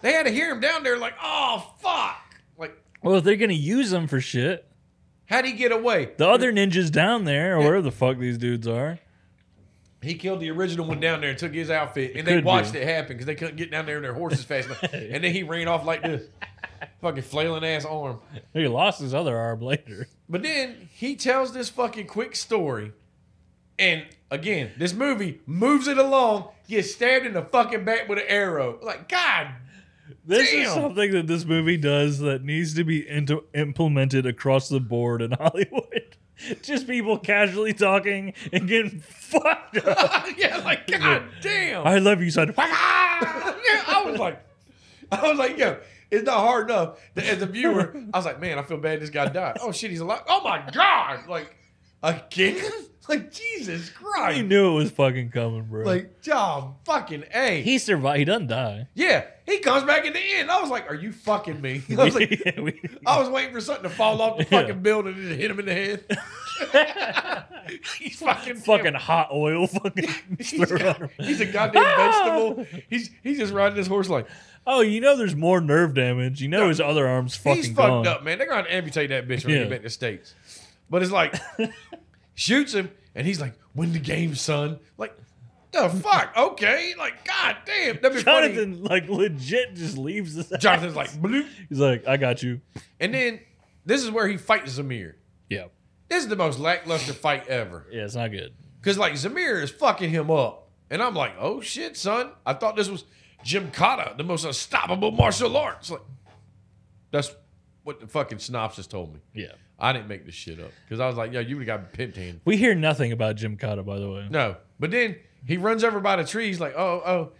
they had to hear him down there like, oh fuck. Like, Well, if they're gonna use him for shit, how'd he get away? the other ninjas down there or wherever the fuck these dudes are. He killed the original one down there and took his outfit, and they could be. watched it happen because they couldn't get down there in their horses fast enough. And then he ran off like this, fucking flailing ass arm. He lost his other arm later. But then he tells this fucking quick story, and again, this movie moves it along. Gets stabbed in the fucking back with an arrow. Like God, This is Damn. something that this movie does that needs to be into implemented across the board in Hollywood. Just people casually talking and getting fucked up. yeah, like God damn. I love you, son. Yeah, I was like, I was like, yo, it's not hard enough. that As a viewer, I was like, man, I feel bad this guy died. Oh shit, he's alive. Oh my god, like again, like Jesus I Christ, knew it was fucking coming, bro. like oh, fucking a. he survived. He doesn't die. yeah, he comes back in the end. I was like, are you fucking me? I was like, Yeah, we- I was waiting for something to fall off the Yeah. fucking building and hit him in the head. he's fucking fucking hot oil. Fucking. He's, threw on got- him. he's a goddamn Ah! vegetable. He's he's just riding his horse like. Oh, you know, there's more nerve damage. You know, his other arm's fucking He's fucked gone. up, man. They're gonna amputate that bitch when Yeah. he back to the states. But it's like shoots him, and he's like, "Win the game, son." Like the fuck? Okay, like god damn, that'd be funny. Jonathan, like, legit just leaves this. Jonathan's like, bloop. he's like, I got you. and then this is where he fights Zamir. Yeah. This is the most lackluster fight ever. Yeah, it's not good. Cause like Zamir is fucking him up, and I'm like, "Oh shit, son!" I thought this was Jim Cotta, the most unstoppable martial arts. Like that's what the fucking synopsis told me. Yeah. I didn't make this shit up because I was like, yo, you would have got pimped hand. We hear nothing about Jim Cotta, by the way. No. But then he runs over by the tree. He's like, oh, oh.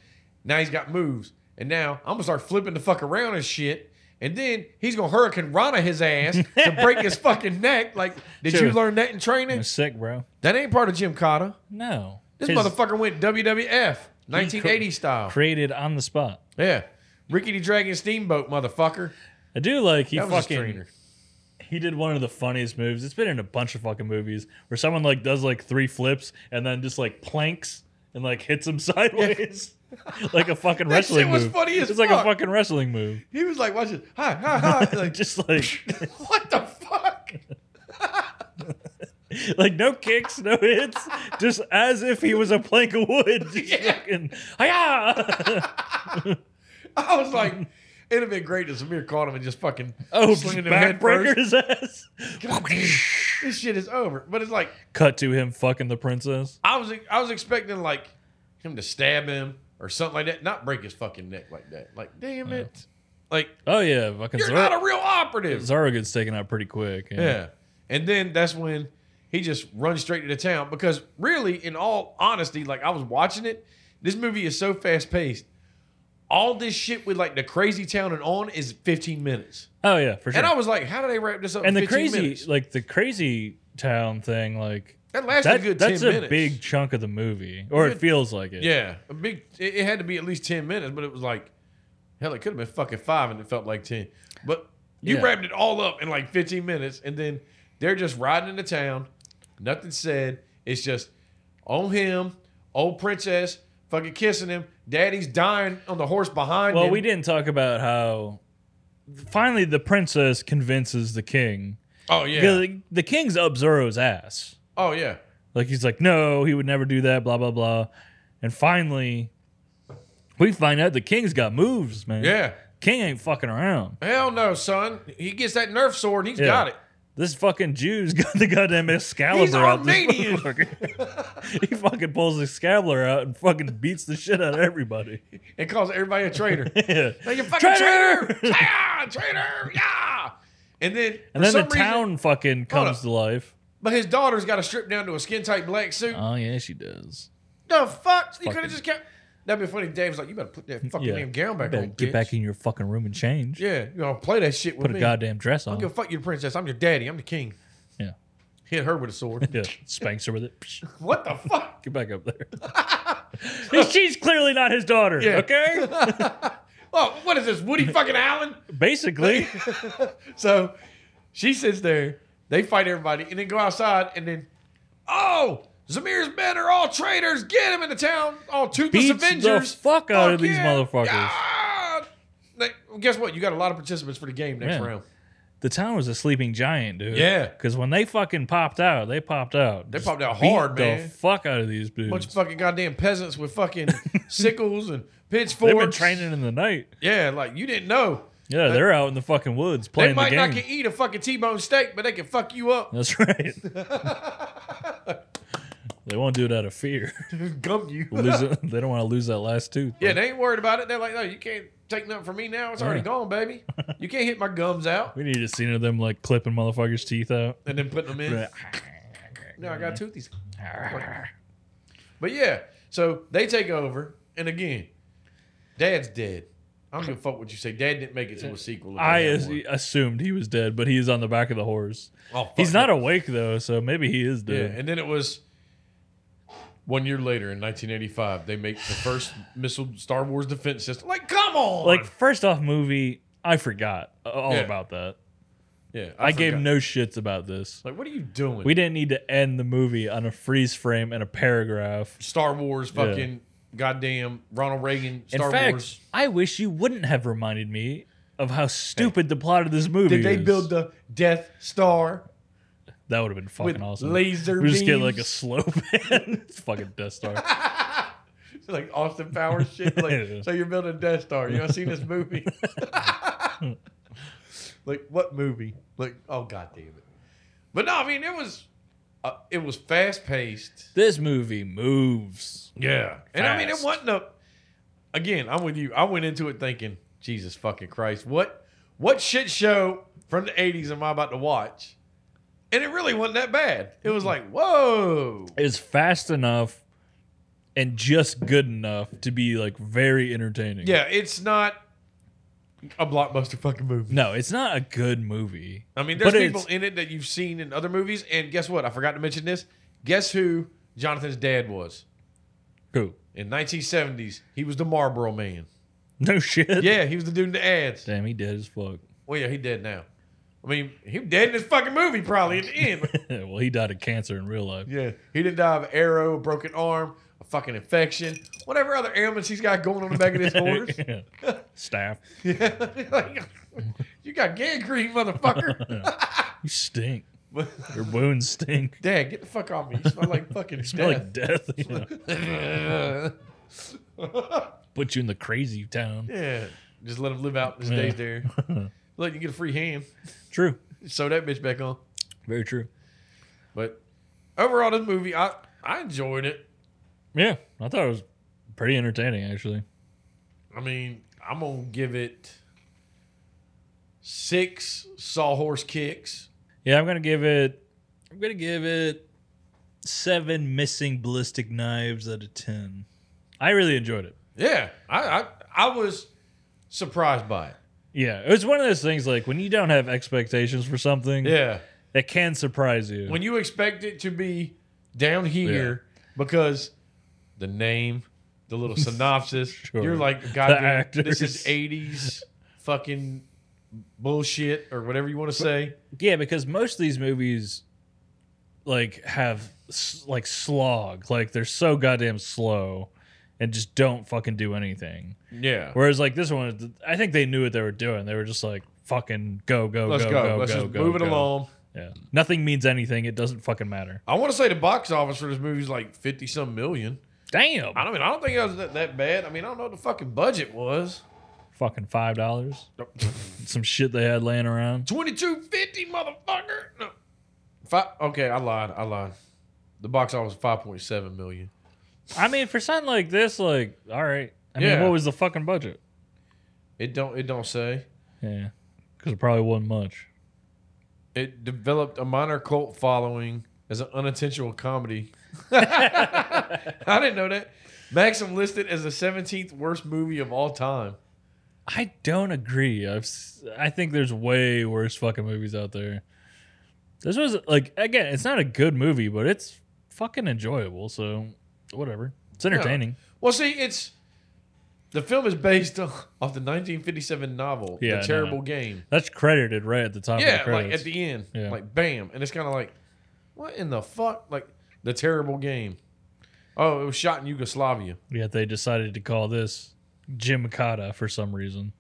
Now he's got moves. And now I'm going to start flipping the fuck around and shit. And then he's going to Hurricane Rana his ass to break his fucking neck. Like, did Sure. you learn that in training? I'm sick, bro. That ain't part of Jim Cotta. No. This His- motherfucker went WWF, 1980 style. created on the spot. Yeah. Rickety Dragon Steamboat, motherfucker. I do like he That was his fucking trainer. he did one of the funniest moves. It's been in a bunch of fucking movies where someone like does like three flips and then just like planks and like hits him sideways. like a fucking That shit wrestling was move. funny as it's like a fuck. fucking wrestling move. He was like, watch it. Hi, hi, hi. Like, just like what the fuck? like no kicks, no hits, just as if he was a plank of wood. Just Yeah. fucking, "Hi-yah!" I was like, it'd have been great if Samir caught him and just fucking oh, slinging him head backbreaker first. his ass. God damn, this shit is over. But it's like Cut to him fucking the princess. I was I was expecting like him to stab him or something like that, not break his fucking neck like that. Like, Uh-huh. damn it. Like Oh yeah, fucking you're Zor- not a real operative. Zara gets taken out pretty quick. Yeah. And then that's when he just runs straight to the town because really, in all honesty, like I was watching it, this movie is so fast paced. All this shit with like the crazy town and on is 15 minutes. Oh yeah, for sure. And And, I was like, how do they wrap this up? in the 15 crazy, minutes? like the crazy town thing, like that lasted that, a good that's 10 a minutes. big chunk of the movie, or it Good. feels like it. yeah, a big. It, it had to be at least 10 minutes, but it was like, hell, it could have been fucking five, and it felt like 10. But you Yeah. wrapped it all up in like 15 minutes, and then they're just riding into town. Nothing said. It's just on him, old princess, fucking kissing him. Daddy's dying on the horse behind Well, him. we didn't talk about how finally the princess convinces the king. Oh Yeah. yeah. The, the king's up Zoro's ass. Oh yeah. Like he's like, no, he would never do that, blah, blah, blah. And finally, we find out the king's got moves, man. Yeah. King ain't fucking around. Hell no, son. He gets that Nerf sword and he's Yeah. got it. This fucking Jew's got the goddamn Excalibur He's out. this Armenian. motherfucker. he fucking pulls the Excalibur out and fucking beats the shit out of everybody. And calls everybody a traitor. Yeah. like you fucking traitor! Traitor! yeah, traitor! Yeah. And then And for then the some reason- town fucking comes up. to life. but his daughter's got to strip down to a skin tight black suit. Oh yeah, she does. the fuck? You could fucking- have just kept. That'd be funny. if Dave was like, "You better put that fucking Yeah. damn gown back Better on. get bitch. back in your fucking room and change. Yeah, you know, play that shit with Put a me. goddamn dress on. Yo, fuck you, the princess. I'm your daddy. I'm the king. Yeah. Hit her with a sword. Yeah, spanks her with it. Psh, what the fuck? Get back up there. She's- She's clearly not his daughter. Yeah. Okay. Oh, what is this, Woody fucking Allen? Basically, So she sits there. They fight everybody and then go outside and then, oh, Zamir's men are all traitors. Get him in the town. All toothless beats Avengers. the fuck out of Fuck these yeah. motherfuckers. Ah! Like, guess what? You got a lot of participants for the game next Yeah. round. The town was a sleeping giant, dude. Yeah. Because when they fucking popped out, they popped out. They Just popped out beat hard, the man. fuck out of these dudes. bunch of fucking goddamn peasants with fucking sickles and pitchforks. They've been training in the night. Yeah, like you didn't know. Yeah, they're out in the fucking woods They playing the might game. not can eat a fucking T-bone steak, but they can fuck you up. That's right. they won't do it out of fear. Gum you. lose it. They don't want to lose that last tooth. Yeah, they ain't worried about it. They're like, no, you can't take nothing from me now. It's already Yeah. gone, baby. You can't hit my gums out We need to see them like clipping motherfuckers' teeth out. and then putting them in. Right. No, I got toothies. But yeah, so they take over, and again, Dad's dead. I don't give a fuck what you say. Dad didn't make it to a sequel. if they I had as- one. assumed he was dead, but he is on the back of the horse. Oh, fuck He's no. not awake though, so maybe he is Yeah, dead. and then it was one year later in 1985 they make the first missile Star Wars defense system. Like, come on! Like first off, movie I forgot all Yeah. about that. yeah, I, gave forgot. no shits about this. Like, what are you doing? We didn't need to end the movie on a freeze frame and a paragraph. Star Wars, fucking goddamn Ronald Reagan, Star In fact, Wars. I wish you wouldn't have reminded me of how stupid the plot of this movie Did they is. build the Death Star? that would have been fucking with awesome. laser we just get beams? like a slow pan. it's fucking Death Star. It's like Austin Powers shit. Like, so you're building a Death Star. You know, seen this movie? like what movie? Like oh god damn it! But no, I mean it was, uh, it was fast paced. this movie moves. Yeah. And I mean, it Fast. wasn't a. Again, I'm with you. I went into it thinking, Jesus fucking Christ, what what shit show from the '80s am I about to watch? And it really wasn't that bad. It was like, whoa, It's fast enough and just good enough to be like very entertaining. yeah, it's not a blockbuster fucking movie. No, it's not a good movie. I mean, there's But people it's- in it that you've seen in other movies, and guess what? I forgot to mention this. Guess who Jonathan's dad was Cool. in 1970s? He was the Marlboro Man. No shit. Yeah, he was the dude in the ads. Damn, he dead as fuck. Well, yeah, he dead now. I mean, he dead in this fucking movie probably at the end. well, he died of cancer in real life. yeah, he didn't die of an arrow, a broken arm, a fucking infection, whatever other ailments he's got going on the back of his horse. Yeah. Staff. yeah, like, you got gangrene, motherfucker. You stink. Your wounds stink. Dad, get the fuck off me. You smell like fucking You smell death. like death. you know. Put you in the crazy town. yeah, just let him live out his Yeah. days there. Look, you get a free hand. True. Sew that bitch back on. Very true. But overall, this movie, I I enjoyed it. Yeah, I thought it was pretty entertaining actually. I mean, I'm gonna give it six sawhorse kicks. Yeah, I'm gonna give it. I'm gonna give it seven missing ballistic knives out of ten. I really enjoyed it. Yeah, I I, I was surprised by it. Yeah, it was one of those things like when you don't have expectations for something, Yeah, it can surprise you. when you expect it to be down here because the name, the little synopsis, Sure. you're like, God, The this is '80s actors. fucking bullshit or whatever you want to say. yeah, because most of these movies like have s- like slog, like they're so goddamn slow. and just don't fucking do anything. Yeah. Whereas like this one, I think they knew what they were doing. They were just like fucking go go Let's go go. go go Let's go, just move it go. along. Yeah, nothing means anything. It doesn't fucking matter. I want to say the box office for this movie is like fifty some million. Damn, I don't mean I don't think it was that, that bad. I mean I don't know what the fucking budget was. fucking five dollars. Some shit they had laying around. Twenty two fifty, motherfucker. No. Five, okay, I lied. I lied. The box office five point seven million. I mean, for something like this, like all right. I mean, Yeah. what was the fucking budget? It don't it don't say. Yeah, because it probably wasn't much. It developed a minor cult following as an unintentional comedy. I didn't know that. Maxim listed as the 17th worst movie of all time. I don't agree. I've s- I think there's way worse fucking movies out there. This was like again, it's not a good movie, but it's fucking enjoyable. So whatever, it's entertaining. Well, see, it's the film is based on, off the 1957 novel, Yeah, I The know. Terrible Game. That's credited right at the top. of Yeah, the like credits. at the end, Yeah. like bam, and it's kind of like, what in the fuck? Like The Terrible Game. Oh, it was shot in Yugoslavia. Yet they decided to call this Jim Cotta for some reason.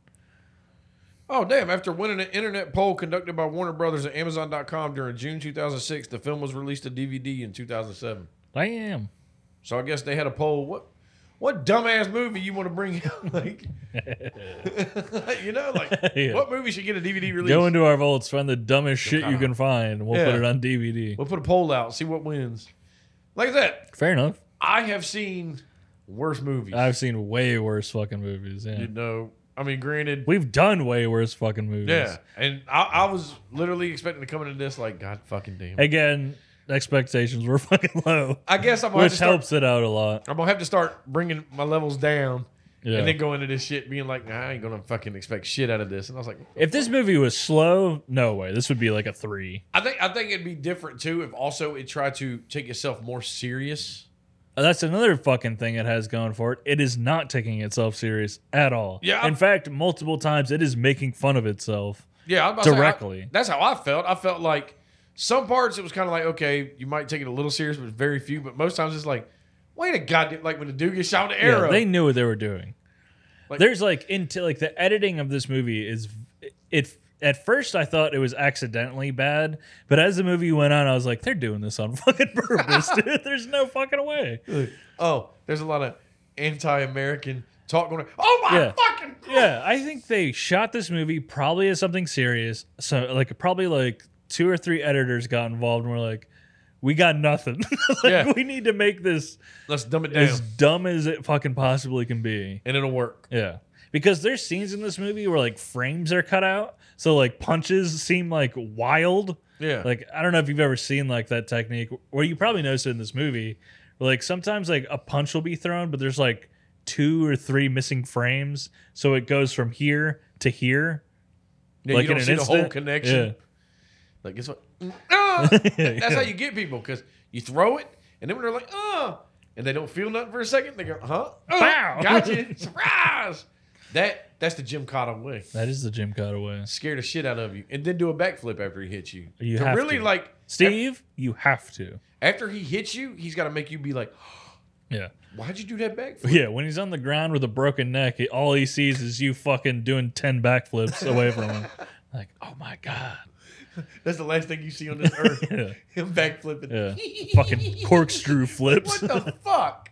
Oh, damn. After winning an internet poll conducted by Warner Brothers and Amazon.com during June 2006, the film was released to DVD in 2007. Damn. So I guess they had a poll. What what dumbass movie you want to bring out? like, you know, like, Yeah. what movie should get a DVD release? Go into our vaults, find the dumbest shit you Cotta. can find, and we'll Yeah. put it on DVD. we'll put a poll out, see what wins. Like that, Fair enough. I have seen worse movies. I've seen way worse fucking movies. Yeah. you know, I mean, granted, We've done way worse fucking movies. yeah. And I, I was literally expecting to come into this like, God fucking damn. it. Again, expectations were fucking low. I guess I'm gonna, have to which start, helps it out a lot. I'm gonna have to start bringing my levels down. Yeah. And then go into this shit being like, nah, I ain't gonna fucking expect shit out of this. And I was like, if this movie was slow, no way. This would be like a three. I think I think it'd be different too if also it tried to take itself more serious. Uh, That's another fucking thing it has going for it. It is not taking itself serious at all. Yeah. In fact, multiple times it is making fun of itself. Yeah, I was about to say, I- Directly. that's how I felt. I felt like some parts it was kind of like, okay, you might take it a little serious, but very few. But most times it's like, wait a goddamn, like when the dude gets shot with the Yeah, arrow. they knew what they were doing. Like- There's like into like the editing of this movie is it. At first, I thought it was accidentally bad, but as the movie went on, I was like, "They're doing this on fucking purpose, dude. There's no fucking way." Like, oh, there's a lot of anti-American talk going. on. Oh my Yeah. fucking Yeah, I think they shot this movie probably as something serious. So like probably like two or three editors got involved and were like, "We got nothing. like, Yeah. We need to make this Let's dumb it down, as dumb as it fucking possibly can be." and it'll work. Yeah. Because there's scenes in this movie where like frames are cut out. So like punches seem like wild. Yeah, Like I don't know if you've ever seen like that technique where you probably noticed it in this movie. Where, like sometimes like a punch will be thrown, but there's like two or three missing frames. So it goes from here to here. yeah like you don't in an see the whole instant? connection. Yeah. Like, guess what? Ah! That's Yeah. how you get people because you throw it, and then when they're like, oh, and they don't feel nothing for a second, they go, huh? Oh, Bow. Gotcha. Surprise. That That's the Jim Cotta way. That is the Jim Cotta way. Scare the shit out of you, and then do a backflip after he hits you. You to have really to. like, Steve, you have to. after he hits you, he's got to make you be like, Yeah. why'd you do that backflip? Yeah, when he's on the ground with a broken neck, he, all he sees is you fucking doing 10 backflips away from him. Like, oh my God. That's the last thing you see on this earth. Yeah. Him backflipping. Yeah. fucking corkscrew What flips. the fuck?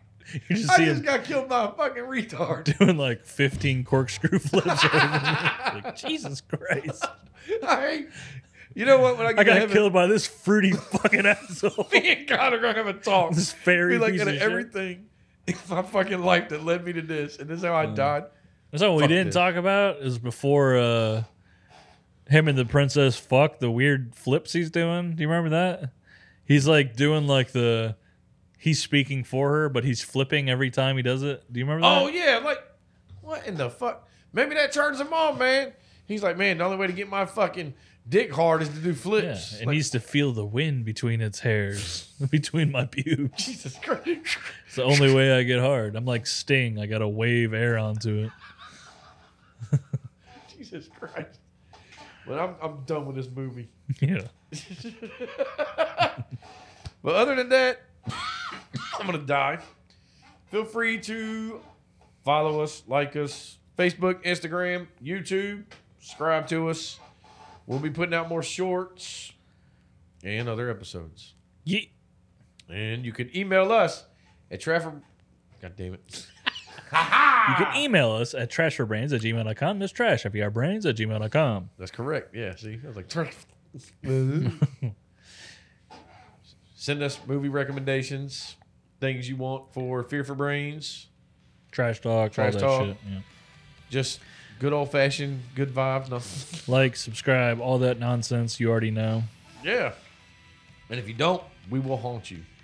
you just I see just him got killed by a fucking retard. doing like 15 corkscrew flips. over me. like, Jesus Christ. I, you know what? When I get I to got heaven, killed by this fruity fucking asshole. me and God are gonna have a talk. this fairy Be like piece at of shit. everything in my fucking life that led me to this, and this is how Mm. I died. So what we Fuck didn't this. talk about is before uh, him and the princess fuck the weird flips he's doing. Do you remember that? He's like doing like the he's speaking for her, but he's flipping every time he does it. Do you remember that? Oh yeah, like what in the fuck? Maybe that turns him on, man. He's like, man, the only way to get my fucking dick hard is to do yeah. flips. It Like, needs to feel the wind between its hairs, between my pubes. Jesus Christ. It's the only way I get hard. I'm like Sting. I gotta wave air onto it. Jesus Christ. But I'm I'm done with this movie. Yeah. But other than that, I'm gonna die. Feel free to follow us, like us, Facebook, Instagram, YouTube, subscribe to us. We'll be putting out more shorts and other episodes. Ye- And you can email us at Trafford. God damn it. You can Ah. email us at trashforbrains at gmail.com. That's trash, E brains at gmail.com. That's correct. Yeah, see? I was like, "Traff." Send us movie recommendations, things you want for Fear for Brains. Trash talk, Trash all that talk. shit. Yeah. Just good old fashioned, good vibes. Nothing. Like, subscribe, all that nonsense you already know. Yeah. And if you don't, we will haunt you.